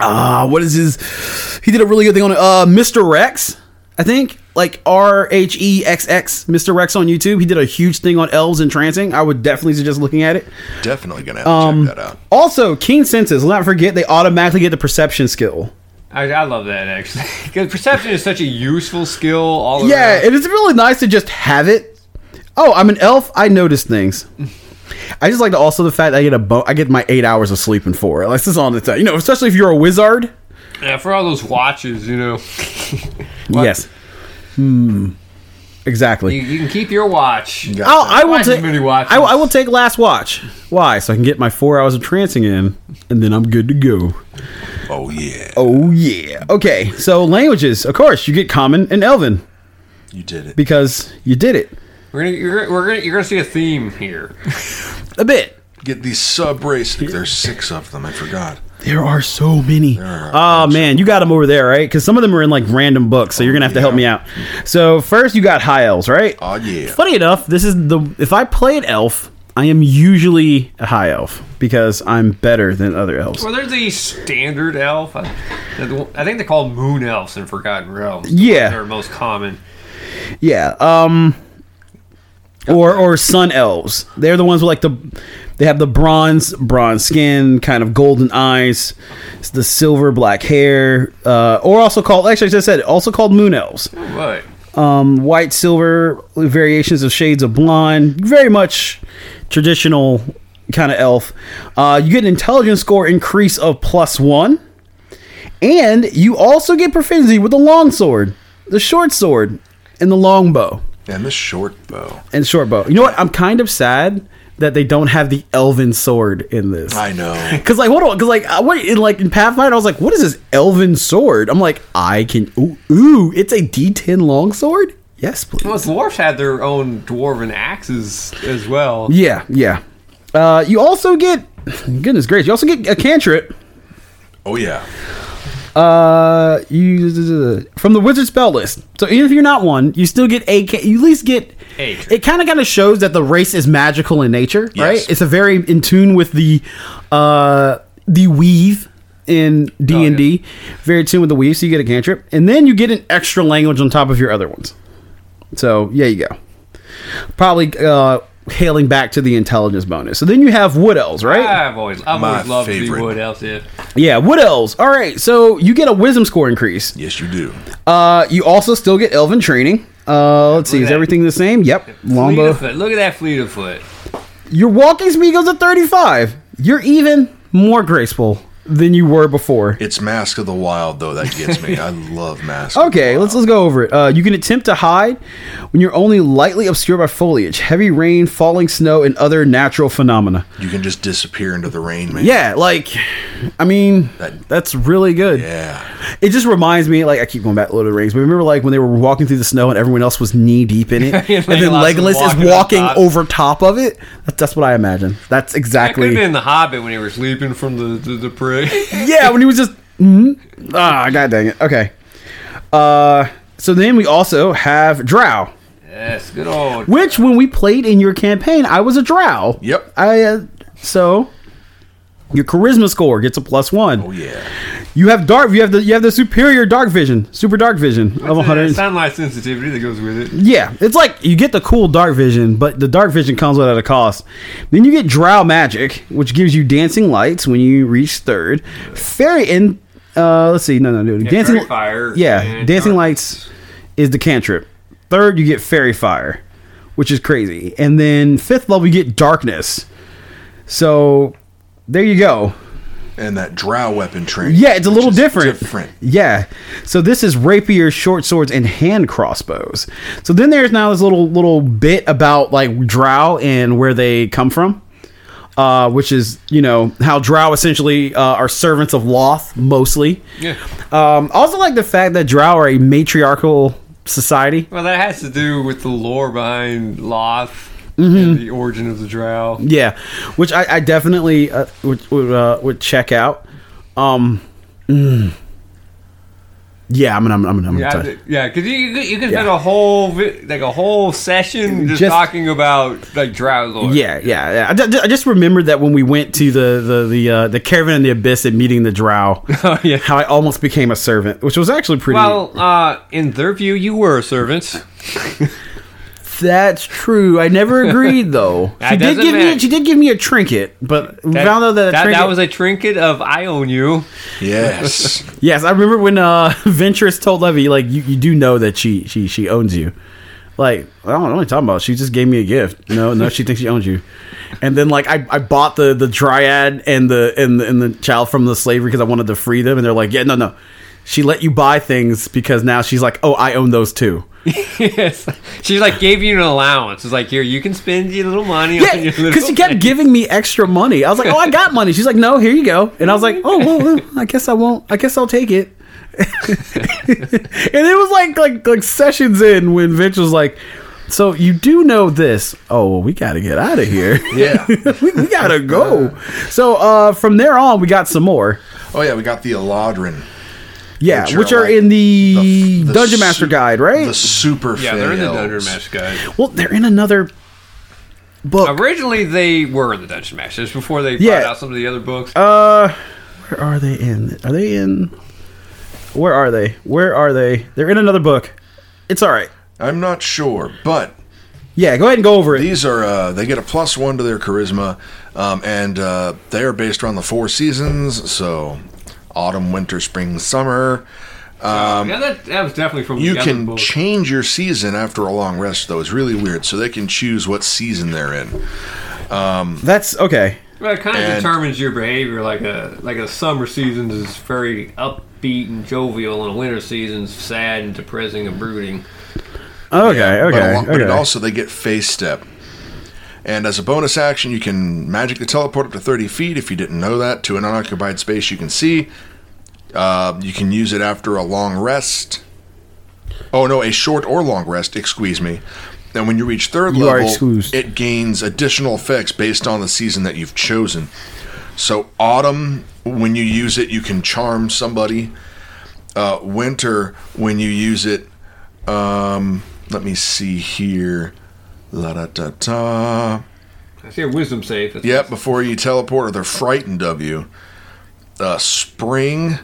[SPEAKER 1] ah, what is his? He did a really good thing on uh, Mr. Rex, I think. Like R H E X X, Mr. Rex on YouTube. He did a huge thing on elves and trancing. I would definitely suggest looking at it.
[SPEAKER 2] definitely gonna have to
[SPEAKER 1] um,
[SPEAKER 2] check that out.
[SPEAKER 1] Also, keen senses. Let's not forget they automatically get the perception skill.
[SPEAKER 3] I, I love that actually because perception is such a useful skill. All
[SPEAKER 1] Yeah,
[SPEAKER 3] around.
[SPEAKER 1] it is really nice to just have it. Oh, I'm an elf. I notice things. I just like to also the fact that I get a bo- I get my eight hours of sleep in four. Like this is on the time, you know, especially if you're a wizard.
[SPEAKER 3] yeah. For all those watches, you know,
[SPEAKER 1] Yes. Hmm. Exactly.
[SPEAKER 3] you, you can keep your watch.
[SPEAKER 2] You got
[SPEAKER 1] I'll,
[SPEAKER 2] that.
[SPEAKER 1] I will
[SPEAKER 3] Why
[SPEAKER 1] take.
[SPEAKER 3] many watches?
[SPEAKER 1] I, I will take last watch. Why? So I can get my four hours of trancing in, and then I'm good to go.
[SPEAKER 2] oh yeah,
[SPEAKER 1] Oh yeah. Okay. So languages, of course, you get common and elven
[SPEAKER 2] you did it.
[SPEAKER 1] because you did it
[SPEAKER 3] We're gonna, you're, we're gonna, you're gonna see a theme here.
[SPEAKER 1] a bit.
[SPEAKER 2] Get these sub races. There's six of them. I forgot.
[SPEAKER 1] There are so many.
[SPEAKER 2] are
[SPEAKER 1] Oh man, you got them over there, right? Because some of them are in like random books, so you're gonna have to help me out. So first, you got high elves, right?
[SPEAKER 2] Oh yeah.
[SPEAKER 1] Funny enough, this is the if I play an elf, I am usually a high elf because I'm better than other elves.
[SPEAKER 3] Well, there's the standard elf. I, I think they're called moon elves in Forgotten Realms.
[SPEAKER 1] Yeah.
[SPEAKER 3] they're most common.
[SPEAKER 1] Yeah. Um or or sun elves. They're the ones with like the they have the bronze bronze skin, kind of golden eyes, s- the silver black hair, uh, or also called actually I just said it, also called moon elves.
[SPEAKER 3] What?
[SPEAKER 1] Um, white silver variations of shades of blonde, very much traditional kind of elf. Uh, you get an intelligence score increase of plus one, and you also get proficiency with the long sword, the short sword, and the long bow
[SPEAKER 2] And the short bow.
[SPEAKER 1] and short bow. You know what? I'm kind of sad that they don't have the elven sword in this.
[SPEAKER 2] I know.
[SPEAKER 1] Cause like hold on, cause like I went in like in Pathfinder, I was like, what is this elven sword? I'm like, I can ooh, ooh it's a D10 long sword. Yes, please.
[SPEAKER 3] Well, dwarves had their own dwarven axes as well.
[SPEAKER 1] Yeah, yeah. Uh, you also get goodness gracious, you also get a cantrip.
[SPEAKER 2] Oh yeah.
[SPEAKER 1] Uh, you from the wizard spell list. So even if you're not one, you still get a. ca- You at least get
[SPEAKER 3] A.
[SPEAKER 1] It kind of kind of shows that the race is magical in nature, right? It's a very in tune with the uh the weave in D and D, very in tune with the weave. So you get a cantrip, and then you get an extra language on top of your other ones. So yeah, you go. Probably uh hailing back to the intelligence bonus. So then you have wood elves, right?
[SPEAKER 3] I've always, I've
[SPEAKER 2] My
[SPEAKER 3] always loved
[SPEAKER 2] favorite.
[SPEAKER 3] the wood elf. Yeah.
[SPEAKER 1] Yeah, wood elves. All right, so you get a wisdom score increase.
[SPEAKER 2] Yes, you do.
[SPEAKER 1] Uh, you also still get elven training. Uh, let's see,
[SPEAKER 3] Look at
[SPEAKER 1] is
[SPEAKER 3] that.
[SPEAKER 1] everything the same? Yep,
[SPEAKER 3] Fleet of
[SPEAKER 1] longbow.
[SPEAKER 3] foot. Look at that fleet of foot.
[SPEAKER 1] Your walking speed goes to 35. You're even more graceful than you were before.
[SPEAKER 2] It's Mask of the Wild though that gets me. I love Mask. of the
[SPEAKER 1] Okay, let's let's go over it. Uh, you can attempt to hide when you're only lightly obscured by foliage, heavy rain, falling snow, and other natural phenomena.
[SPEAKER 2] Wild. You can just disappear into the rain, man.
[SPEAKER 1] Yeah, like, I mean,
[SPEAKER 2] That-
[SPEAKER 1] that's really good.
[SPEAKER 2] Yeah.
[SPEAKER 1] It just reminds me, like I keep going back to Lord of the Rings, but remember, like when they were walking through the snow and everyone else was knee deep in it, and then
[SPEAKER 3] Legolas was
[SPEAKER 1] Legolas is
[SPEAKER 3] walking on
[SPEAKER 1] walking
[SPEAKER 3] top.
[SPEAKER 1] over top of it. That's, that's what I imagine. That's
[SPEAKER 3] That could have
[SPEAKER 1] exactly.
[SPEAKER 3] been the Hobbit when he was sleeping from the the, the prick.
[SPEAKER 1] yeah, when he was just mhm. ah, god dang it. Okay, uh, so then we also have Drow,
[SPEAKER 3] yes, good old.
[SPEAKER 1] which when we played in your campaign, I was a Drow.
[SPEAKER 2] Yep.
[SPEAKER 1] I uh, so your charisma score gets a plus one.
[SPEAKER 2] Oh yeah.
[SPEAKER 1] You have dark. You have the you have the superior dark vision, super dark vision of
[SPEAKER 3] It's that
[SPEAKER 1] 100.
[SPEAKER 3] sunlight sensitivity that goes with it.
[SPEAKER 1] Yeah, it's like you get the cool dark vision, but the dark vision comes without a cost. Then you get drow magic, which gives you dancing lights when you reach third. Fairy in uh let's see, no no no. dancing
[SPEAKER 3] fairy fire
[SPEAKER 1] Yeah,
[SPEAKER 3] and
[SPEAKER 1] dancing
[SPEAKER 3] dark-
[SPEAKER 1] lights is the cantrip. Third you get fairy fire, which is crazy. And then fifth level you get darkness. So there you go.
[SPEAKER 2] And that drow weapon train.
[SPEAKER 1] Yeah, it's a
[SPEAKER 2] which
[SPEAKER 1] little
[SPEAKER 2] is
[SPEAKER 1] different.
[SPEAKER 2] Different.
[SPEAKER 1] Yeah. So this is rapier, short swords, and hand crossbows. So then there's now this little little bit about like Drow and where they come from. Uh, which is, you know, how Drow essentially uh, are servants of Loth mostly.
[SPEAKER 3] Yeah.
[SPEAKER 1] Um, I also like the fact that Drow are a matriarchal society.
[SPEAKER 3] Well, that has to do with the lore behind Loth
[SPEAKER 1] Mm-hmm.
[SPEAKER 3] and the origin of the Drow.
[SPEAKER 1] Yeah, which I, I definitely uh, would would, uh, would check out. Um, mm. yeah, I'm gonna, I'm gonna, I'm gonna.
[SPEAKER 3] Yeah,
[SPEAKER 1] tell
[SPEAKER 3] I
[SPEAKER 1] you.
[SPEAKER 3] did- yeah, because you, you, could- you could
[SPEAKER 1] Yeah.
[SPEAKER 3] spend a whole vi- like a whole session just,
[SPEAKER 1] Just-
[SPEAKER 3] talking about like Drow lore.
[SPEAKER 1] Yeah, yeah, yeah. I, ju- I just remembered that when we went to the the the, uh, the caravan in the abyss and meeting the drow,
[SPEAKER 3] Oh, yeah.
[SPEAKER 1] how I almost became a servant, which was actually pretty.
[SPEAKER 3] Well, uh, in their view, you were a servant.
[SPEAKER 1] that's true. I never agreed though.
[SPEAKER 3] That
[SPEAKER 1] she did
[SPEAKER 3] doesn't
[SPEAKER 1] give me
[SPEAKER 3] matter.
[SPEAKER 1] she did give me a trinket, but we
[SPEAKER 3] That,
[SPEAKER 1] found out that a
[SPEAKER 3] that,
[SPEAKER 1] trinket,
[SPEAKER 3] that was a trinket of I own you.
[SPEAKER 2] Yes.
[SPEAKER 1] yes. I remember when uh, Ventress told Levy like you, you do know that she she she owns you. Like I don't know what I'm talking about. She just gave me a gift. No, no, she thinks she owns you. And then like I, I bought the the dryad and the and the, and the child from the slavery because I wanted to free them. And they're like, yeah, no, no. She let you buy things because now she's like, oh, I own those too.
[SPEAKER 3] yes, she like gave you an allowance. It's like here, you can spend your little money
[SPEAKER 1] Yeah,
[SPEAKER 3] on your little.
[SPEAKER 1] because she kept
[SPEAKER 3] thing.
[SPEAKER 1] giving me extra money. I was like, oh, I got money. She's like, no, here you go. And I was like, oh, well, well, I guess I won't. I guess I'll take it. and it was like like like sessions in when Vince was like, so you do know this? Oh, well, we got to get out of here.
[SPEAKER 2] Yeah.
[SPEAKER 1] we, we gotta go. So uh, from there on, we got some more.
[SPEAKER 2] Oh yeah, we got the Eladrin.
[SPEAKER 1] Yeah, which
[SPEAKER 2] Which
[SPEAKER 1] are,
[SPEAKER 2] are like
[SPEAKER 1] in the,
[SPEAKER 2] the f- the
[SPEAKER 1] Dungeon Master
[SPEAKER 2] su-
[SPEAKER 1] Guide, right?
[SPEAKER 2] The super
[SPEAKER 3] Yeah, they're in the
[SPEAKER 2] fails.
[SPEAKER 3] Dungeon Mash guys.
[SPEAKER 1] well, they're in another book.
[SPEAKER 3] Originally, they were in the Dungeon Mash. That's before they brought
[SPEAKER 1] Yeah.
[SPEAKER 3] out some of the other books.
[SPEAKER 1] Uh, where are they in? Are they in? Where are they? Where are they? They're in another book. It's all right.
[SPEAKER 2] I'm not sure, but
[SPEAKER 1] Yeah, go ahead and go over it.
[SPEAKER 2] these are uh, they get a plus one to their charisma, um, and uh, they are based around the four seasons, so autumn, winter, spring, summer.
[SPEAKER 3] yeah, that, that was definitely from
[SPEAKER 2] You
[SPEAKER 3] the other
[SPEAKER 2] can
[SPEAKER 3] book.
[SPEAKER 2] change your season after a long rest, though. It's really weird. So they can choose what season they're in.
[SPEAKER 1] That's okay.
[SPEAKER 3] Well, it kind of
[SPEAKER 2] and-
[SPEAKER 3] determines your behavior. Like a like a summer season is very upbeat and jovial, and a winter season's sad and depressing and brooding.
[SPEAKER 1] Okay,
[SPEAKER 2] But,
[SPEAKER 1] okay,
[SPEAKER 2] a lot- but
[SPEAKER 1] okay.
[SPEAKER 2] also they get phase step. And as a bonus action, you can magically teleport up to 30 feet if you didn't know that to an unoccupied space you can see. Uh, you can use it after a long rest. Oh no, a short or long rest, excuse me. And when you reach third
[SPEAKER 1] You are
[SPEAKER 2] level,
[SPEAKER 1] excused.
[SPEAKER 2] it gains additional effects based on the season that you've chosen. So autumn, when you use it, you can charm somebody. Uh, winter, when you use it, um, let me see here. La da da da.
[SPEAKER 3] I see a wisdom save. That's-
[SPEAKER 2] Yep, before you teleport, or they're frightened of you. Uh, spring.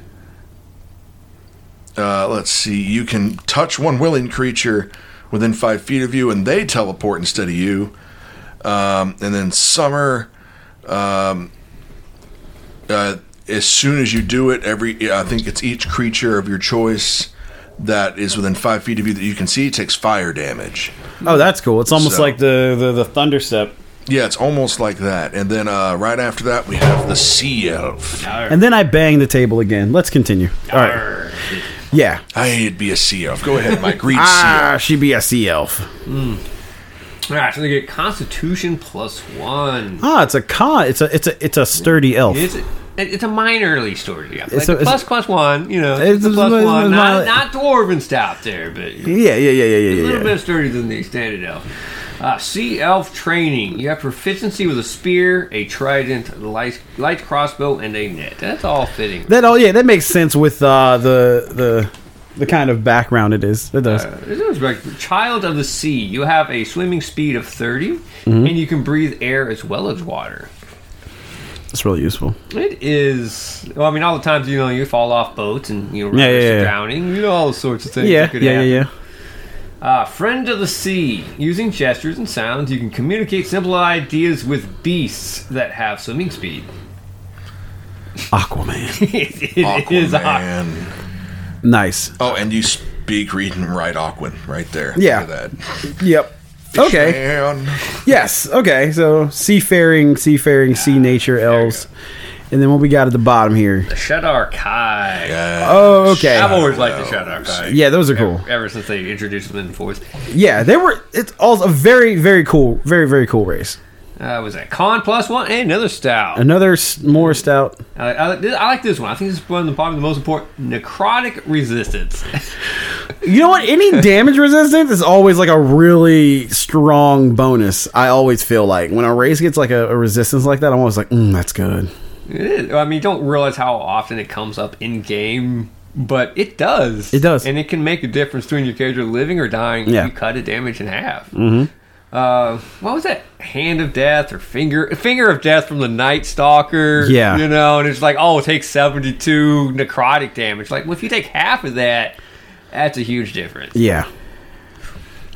[SPEAKER 2] Uh, let's see. You can touch one willing creature within five feet of you, and they teleport instead of you. Um, and then summer. Um, uh, as soon as you do it, every I think it's each creature of your choice that is within five feet of you that you can see takes fire damage.
[SPEAKER 1] Oh, that's cool. It's almost
[SPEAKER 2] So-
[SPEAKER 1] like the, the the thunder step.
[SPEAKER 2] Yeah, it's almost like that. And then uh, right after that, we have the sea elf.
[SPEAKER 1] And then I bang the table again. Let's continue. All right.
[SPEAKER 3] Arr.
[SPEAKER 1] Yeah.
[SPEAKER 2] I'd be a sea elf. Go ahead, Mike. Read sea elf.
[SPEAKER 1] Ah, she be a sea elf.
[SPEAKER 3] All right, so they get Constitution plus one.
[SPEAKER 1] Ah, it's a con. It's a it's a it's a sturdy elf.
[SPEAKER 3] It's a, it's a minorly story. Yeah, like
[SPEAKER 1] a-
[SPEAKER 3] a,
[SPEAKER 1] it's a-
[SPEAKER 3] plus plus one. You know,
[SPEAKER 1] It's
[SPEAKER 3] it's a
[SPEAKER 1] a-
[SPEAKER 3] plus
[SPEAKER 1] it's a-
[SPEAKER 3] one.
[SPEAKER 1] it's a-
[SPEAKER 3] Not not dwarven stop there, but a
[SPEAKER 1] yeah, yeah, yeah, yeah, yeah,
[SPEAKER 3] little
[SPEAKER 1] yeah.
[SPEAKER 3] bit sturdier than the standard elf. Uh, sea elf training. You have proficiency with a spear, a trident, light, light crossbow, and a net. That's all fitting.
[SPEAKER 1] That all yeah, that makes sense with uh, the the the kind of background it is. It does.
[SPEAKER 3] This is like child of the sea. You have a swimming speed of 30
[SPEAKER 1] Mm-hmm.
[SPEAKER 3] and you can breathe air as well as water.
[SPEAKER 1] It's really useful.
[SPEAKER 3] It is. Well, I mean, all the times you know you fall off boats and you know
[SPEAKER 1] Yeah, yeah,
[SPEAKER 3] rivers are
[SPEAKER 1] yeah.
[SPEAKER 3] drowning. You know all sorts of things. that
[SPEAKER 1] Yeah,
[SPEAKER 3] could
[SPEAKER 1] yeah, yeah,
[SPEAKER 3] happen.
[SPEAKER 1] yeah.
[SPEAKER 3] Uh, friend of the sea. Using gestures and sounds, you can communicate simple ideas with beasts that have swimming speed.
[SPEAKER 1] Aquaman.
[SPEAKER 3] it it is awkward.
[SPEAKER 2] Aquaman.
[SPEAKER 1] nice.
[SPEAKER 2] Oh, and you speak, read, and write Aquan right there.
[SPEAKER 1] Yeah.
[SPEAKER 2] Look at that.
[SPEAKER 1] Yep. Okay.
[SPEAKER 2] Man.
[SPEAKER 1] Yes. Okay. So seafaring, seafaring, sea nature elves, and then what we got at the bottom here?
[SPEAKER 3] The Shadar Kai.
[SPEAKER 2] Yeah.
[SPEAKER 1] Oh, okay.
[SPEAKER 3] I've always liked the Shadar Kai.
[SPEAKER 1] Yeah, those are cool.
[SPEAKER 3] Ever since they introduced them in voice.
[SPEAKER 1] Yeah, they were. It's all a very, very cool, very, very cool race.
[SPEAKER 3] Uh, was that con plus one and another style?
[SPEAKER 1] Another s- more stout.
[SPEAKER 3] I, I, like- I like this one. I think this is one of the probably the most important necrotic resistance.
[SPEAKER 1] You know what? Any damage resistance is always like a really strong bonus. I always feel like when a race gets like a, a resistance like that, I'm always like, mm, that's good.
[SPEAKER 3] It is. I mean, you don't realize how often it comes up in game, but it does.
[SPEAKER 1] It does.
[SPEAKER 3] and it can make a difference between your character living or dying.
[SPEAKER 1] Yeah.
[SPEAKER 3] if you cut a damage in half. Mm-hmm. Uh, what was that? Hand of death or finger finger of death from the Night Stalker?
[SPEAKER 1] Yeah.
[SPEAKER 3] you know, and it's like, oh, take seventy two necrotic damage. Like, well, if you take half of that, that's a huge difference.
[SPEAKER 1] Yeah.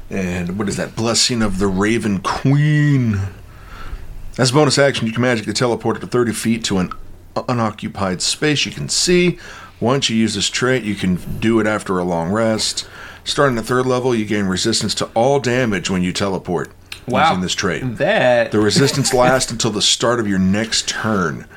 [SPEAKER 2] And what is that? Blessing of the Raven Queen. As a bonus action, you can magically teleport up to 30 feet to an unoccupied space you can see. Once you use this trait, you can do it after a long rest. Starting at third level, you gain resistance to all damage when you teleport
[SPEAKER 3] Wow,
[SPEAKER 2] using this trait.
[SPEAKER 3] That
[SPEAKER 2] The resistance lasts until the start of your next turn.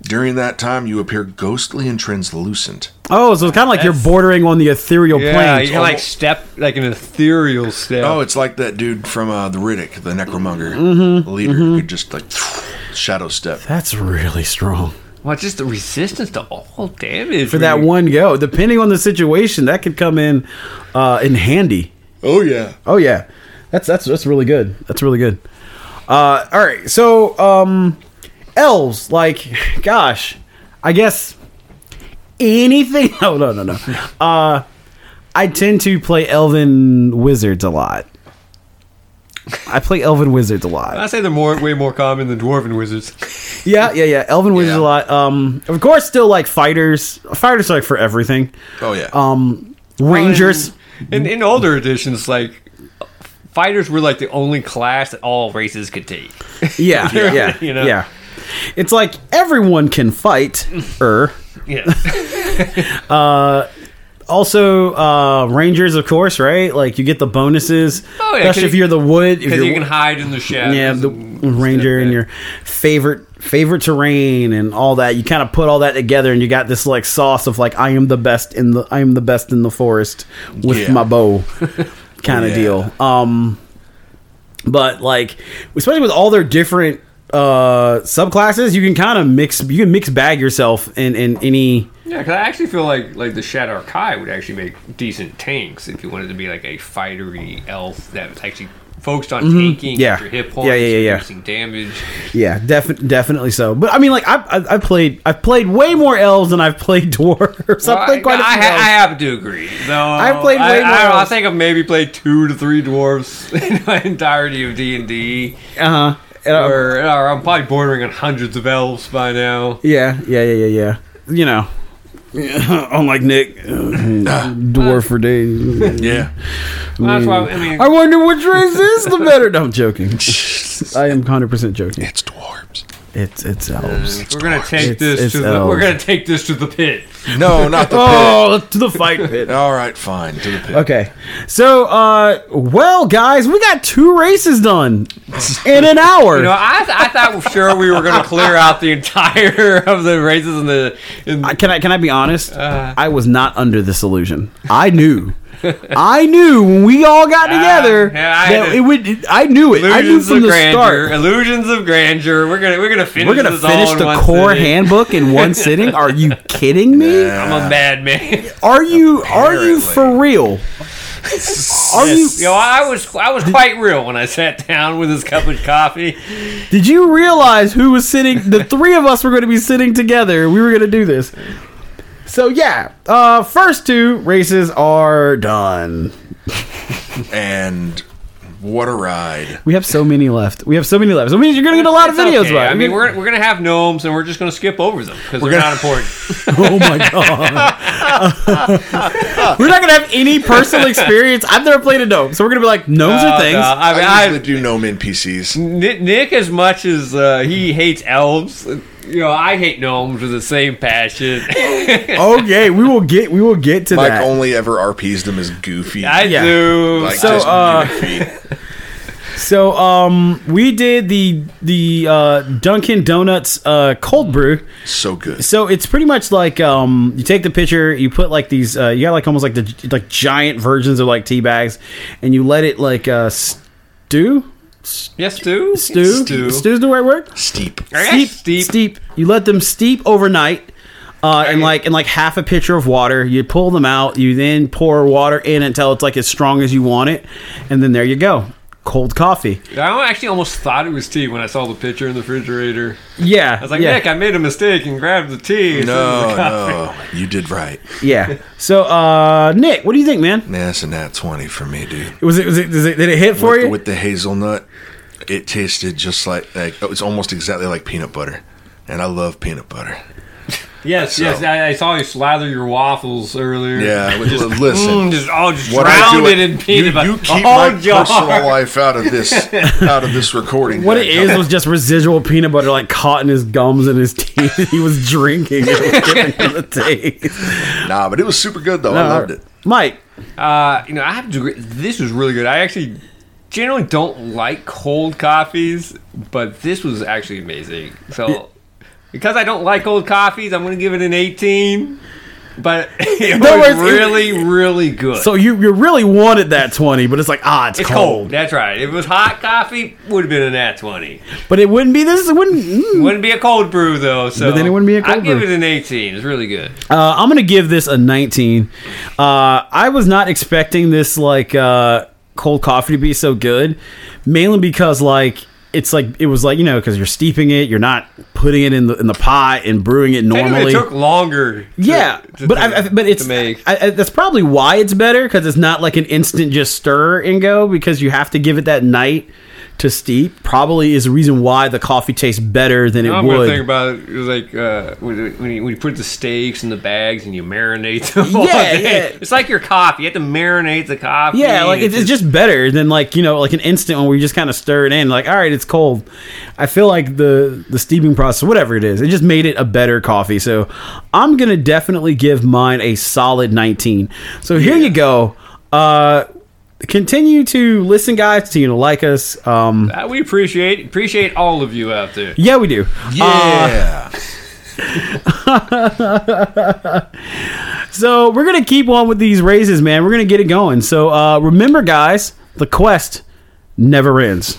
[SPEAKER 2] During that time, you appear ghostly and translucent.
[SPEAKER 1] Oh, so it's kind of like you're
[SPEAKER 3] That's-
[SPEAKER 1] bordering on the ethereal
[SPEAKER 3] Yeah,
[SPEAKER 1] plane.
[SPEAKER 3] you can like step like an ethereal step.
[SPEAKER 2] Oh, it's like that dude from uh, the Riddick, the Necromonger mm leader, who could just like shadow step.
[SPEAKER 1] That's really strong.
[SPEAKER 3] well, just the resistance to all damage
[SPEAKER 1] for that one go. Depending on the situation, that could come in uh, in handy.
[SPEAKER 2] Oh yeah.
[SPEAKER 1] Oh yeah, that's that's that's really good. That's really good. Uh, all right, so um, elves, like, gosh, I guess anything. No, no, no, no. Uh, I tend to play elven wizards a lot. I play elven wizards a lot.
[SPEAKER 3] I say they're more way more common than dwarven wizards.
[SPEAKER 1] Yeah, yeah, yeah. Elven wizards
[SPEAKER 2] Yeah.
[SPEAKER 1] a lot. Um, of course, still like fighters. Fighters are like for everything.
[SPEAKER 2] Oh yeah.
[SPEAKER 1] Um, rangers.
[SPEAKER 3] In, in older editions, like fighters were like the only class that all races could take.
[SPEAKER 1] Yeah, yeah, yeah,
[SPEAKER 3] You know?
[SPEAKER 1] yeah. It's like everyone can fight. Er.
[SPEAKER 3] Yeah,
[SPEAKER 1] Also, uh, Rangers, of course, right? Like you get the bonuses,
[SPEAKER 3] Oh, yeah, 'cause
[SPEAKER 1] especially if
[SPEAKER 3] you-
[SPEAKER 1] you're the wood. If
[SPEAKER 3] because
[SPEAKER 1] you're
[SPEAKER 3] you can hide in the shadows.
[SPEAKER 1] yeah, the
[SPEAKER 3] and
[SPEAKER 1] ranger
[SPEAKER 3] stuff
[SPEAKER 1] and
[SPEAKER 3] like
[SPEAKER 1] your favorite favorite terrain and all that. You kind of put all that together, and you got this like sauce of like I am the best in the I am the best in the forest with
[SPEAKER 2] Yeah.
[SPEAKER 1] my bow kind of
[SPEAKER 2] Yeah.
[SPEAKER 1] deal. Um, but like especially with all their different uh subclasses, you can kind of mix you can mix bag yourself in in any.
[SPEAKER 3] Yeah, because I actually feel like like the Shadow Kai would actually make decent tanks if you wanted to be like a fightery elf that was actually focused on tanking,
[SPEAKER 1] Mm-hmm. Yeah.
[SPEAKER 3] extra hit
[SPEAKER 1] Yeah,
[SPEAKER 3] points,
[SPEAKER 1] yeah, yeah, yeah.
[SPEAKER 3] reducing damage.
[SPEAKER 1] Yeah, defi- definitely so. But I mean, like I I, I played I played way more elves than I've played dwarves.
[SPEAKER 3] Well,
[SPEAKER 1] I've
[SPEAKER 3] I,
[SPEAKER 1] played quite a few
[SPEAKER 3] I, ha-
[SPEAKER 1] elves.
[SPEAKER 3] I have to agree. Though I
[SPEAKER 1] I've played way
[SPEAKER 3] I, don't know,
[SPEAKER 1] more.
[SPEAKER 3] I think I've maybe played two to three dwarves in my entirety of D and D.
[SPEAKER 1] uh-huh. And I-
[SPEAKER 3] Or or I'm probably bordering on hundreds of elves by now.
[SPEAKER 1] Yeah, yeah, yeah, yeah, yeah. You know, unlike Nick, dwarf for days.
[SPEAKER 2] Yeah.
[SPEAKER 3] That's why I mean,
[SPEAKER 1] I wonder which race is the better. No, I'm joking. I am 100 percent joking.
[SPEAKER 2] It's dwarves.
[SPEAKER 1] It's it's elves.
[SPEAKER 3] we're gonna take
[SPEAKER 1] It's-
[SPEAKER 3] this
[SPEAKER 1] it's
[SPEAKER 3] to the, we're
[SPEAKER 1] elves.
[SPEAKER 3] gonna take this to the pit.
[SPEAKER 2] No, not the pit.
[SPEAKER 1] Oh, to the fight pit.
[SPEAKER 2] All right, fine. To the pit.
[SPEAKER 1] Okay, so uh, well, guys, we got two races done in an hour.
[SPEAKER 3] You know, I, I thought sure we were going to clear out the entire of the races in the. In,
[SPEAKER 1] I- can I can I be honest?
[SPEAKER 3] Uh.
[SPEAKER 1] I was not under this illusion. I knew. I knew when we all got together
[SPEAKER 3] yeah, I
[SPEAKER 1] that
[SPEAKER 3] had
[SPEAKER 1] it would. I knew it. I knew
[SPEAKER 3] illusions
[SPEAKER 1] from
[SPEAKER 3] of
[SPEAKER 1] the
[SPEAKER 3] grandeur.
[SPEAKER 1] start.
[SPEAKER 3] Illusions of grandeur. We're gonna we're gonna finish.
[SPEAKER 1] We're gonna
[SPEAKER 3] this all
[SPEAKER 1] finish
[SPEAKER 3] in
[SPEAKER 1] the
[SPEAKER 3] one
[SPEAKER 1] core
[SPEAKER 3] sitting.
[SPEAKER 1] handbook in one sitting. Are you kidding me?
[SPEAKER 2] Yeah.
[SPEAKER 3] I'm a madman.
[SPEAKER 1] Are you are you
[SPEAKER 2] Apparently.
[SPEAKER 1] for real? Are you
[SPEAKER 3] Yo, I was I was quite real when I sat down with this cup of coffee.
[SPEAKER 1] did you realize who was sitting the three of us were gonna be sitting together? We were gonna do this. So yeah, uh first two races are done.
[SPEAKER 2] And what a ride.
[SPEAKER 1] We have so many left. We have so many left. So it means you're gonna get a lot of
[SPEAKER 3] It's
[SPEAKER 1] videos
[SPEAKER 3] okay.
[SPEAKER 1] about it.
[SPEAKER 3] I mean, we're, we're gonna have gnomes, and we're just gonna skip over them because they're
[SPEAKER 2] gonna-
[SPEAKER 3] not important.
[SPEAKER 1] Oh my god. we're not gonna have any personal experience. I've never played a gnome, so we're gonna be like gnomes
[SPEAKER 3] Uh,
[SPEAKER 1] are things.
[SPEAKER 3] no, I mean,
[SPEAKER 2] I
[SPEAKER 3] I,
[SPEAKER 2] usually do gnome NPCs.
[SPEAKER 3] Nick, Nick, as much as uh, he hates elves, you know, I hate gnomes with the same passion.
[SPEAKER 1] okay, we will get we will get to
[SPEAKER 2] Mike
[SPEAKER 1] that.
[SPEAKER 2] only ever RPs them as goofy.
[SPEAKER 3] I
[SPEAKER 1] Yeah.
[SPEAKER 3] do.
[SPEAKER 2] like
[SPEAKER 1] So,
[SPEAKER 2] just
[SPEAKER 1] uh,
[SPEAKER 2] goofy.
[SPEAKER 1] So um we did the the uh Dunkin Donuts uh cold brew.
[SPEAKER 2] So good.
[SPEAKER 1] So it's pretty much like um you take the picture, you put like these uh you got like almost like the like giant versions of like tea bags and you let it like uh stew
[SPEAKER 3] Yes, stew.
[SPEAKER 1] stew
[SPEAKER 3] Stew.
[SPEAKER 1] stew's the right word?
[SPEAKER 2] Steep.
[SPEAKER 3] I guess
[SPEAKER 1] steep,
[SPEAKER 3] steep.
[SPEAKER 1] steep, You let them steep overnight, uh, and like in like half a pitcher of water. You pull them out. You then pour water in until it's like as strong as you want it, and then there you go. Cold coffee.
[SPEAKER 3] I actually almost thought it was tea when I saw the picture in the refrigerator.
[SPEAKER 1] Yeah,
[SPEAKER 3] I was like,
[SPEAKER 1] yeah,
[SPEAKER 3] Nick, I made a mistake and grabbed the tea. instead of
[SPEAKER 2] No,
[SPEAKER 3] the coffee."
[SPEAKER 2] no. You did right.
[SPEAKER 1] yeah. So, uh, Nick, what do you think, man?
[SPEAKER 2] Man, that's a nat 20 for me, dude.
[SPEAKER 1] Was it? Was it? Does it did it hit for
[SPEAKER 2] With,
[SPEAKER 1] you?
[SPEAKER 2] with the hazelnut, it tasted just like, like it was almost exactly like peanut butter. And I love peanut butter.
[SPEAKER 3] Yes,
[SPEAKER 2] So-
[SPEAKER 3] yes. I, I saw you slather your waffles earlier.
[SPEAKER 2] Yeah, li-
[SPEAKER 3] just,
[SPEAKER 2] listen.
[SPEAKER 3] Mm, just all just
[SPEAKER 2] What I do
[SPEAKER 3] drowned it
[SPEAKER 2] it-
[SPEAKER 3] in peanut butter.
[SPEAKER 2] You, you keep
[SPEAKER 3] Oh,
[SPEAKER 2] my
[SPEAKER 3] jar.
[SPEAKER 2] personal life out of this, out of this recording.
[SPEAKER 1] what it
[SPEAKER 2] guys.
[SPEAKER 1] is was just residual peanut butter, like caught in his gums and his teeth. he was drinking. It was giving him the taste.
[SPEAKER 2] Nah, but it was super good though. I loved it.
[SPEAKER 1] Mike.
[SPEAKER 3] Uh, you know, I have to. agree- This was really good. I actually generally don't like cold coffees, but this was actually amazing. So, because I don't like cold coffees, I'm going to give it an 18. But it
[SPEAKER 1] No,
[SPEAKER 3] was
[SPEAKER 1] it's- it-
[SPEAKER 3] really, really good.
[SPEAKER 1] So you you really wanted that twenty, but it's like ah, it's,
[SPEAKER 3] it's cold.
[SPEAKER 1] cold.
[SPEAKER 3] That's right. If it was hot coffee, would have been an at 20.
[SPEAKER 1] But it wouldn't be this. It wouldn't. mm.
[SPEAKER 3] Wouldn't be a cold brew though. So
[SPEAKER 1] But then it wouldn't be a
[SPEAKER 3] I'd
[SPEAKER 1] cold
[SPEAKER 3] give
[SPEAKER 1] brew.
[SPEAKER 3] it an 18. It's really good.
[SPEAKER 1] Uh, I'm gonna give this a 19. Uh, I was not expecting this like uh, cold coffee to be so good, mainly because like it's like it was like you know because you're steeping it, you're not putting it in the in the pot and brewing it
[SPEAKER 3] Technically,
[SPEAKER 1] normally.
[SPEAKER 3] it took longer. to-
[SPEAKER 1] yeah,
[SPEAKER 3] to-
[SPEAKER 1] but I, I, but
[SPEAKER 3] to
[SPEAKER 1] it's
[SPEAKER 3] make.
[SPEAKER 1] I, I, that's probably why it's better because it's not like an instant just stir and go because you have to give it that night to steep probably is the reason why the coffee tastes better than it
[SPEAKER 3] I'm gonna
[SPEAKER 1] would.
[SPEAKER 3] think about it, it was like uh, when, when, you, when you put the steaks in the bags and you marinate them. all
[SPEAKER 1] Yeah,
[SPEAKER 3] day.
[SPEAKER 1] yeah.
[SPEAKER 3] It's like your coffee. You have to marinate the coffee.
[SPEAKER 1] yeah, like
[SPEAKER 3] and
[SPEAKER 1] it's, it's just better than like you know like an instant one where you just kind of stir it in. Like all right, it's cold. I feel like the the steaming process, whatever it is, it just made it a better coffee. So I'm gonna definitely give mine a solid 19. So here you go. Uh, continue to listen, guys. To you know, like us. Um,
[SPEAKER 3] Uh, we appreciate appreciate all of you out there.
[SPEAKER 1] yeah, we do. Uh,
[SPEAKER 2] Yeah.
[SPEAKER 1] So we're gonna keep on with these raises, man. We're gonna get it going. So uh, remember, guys, the quest never ends.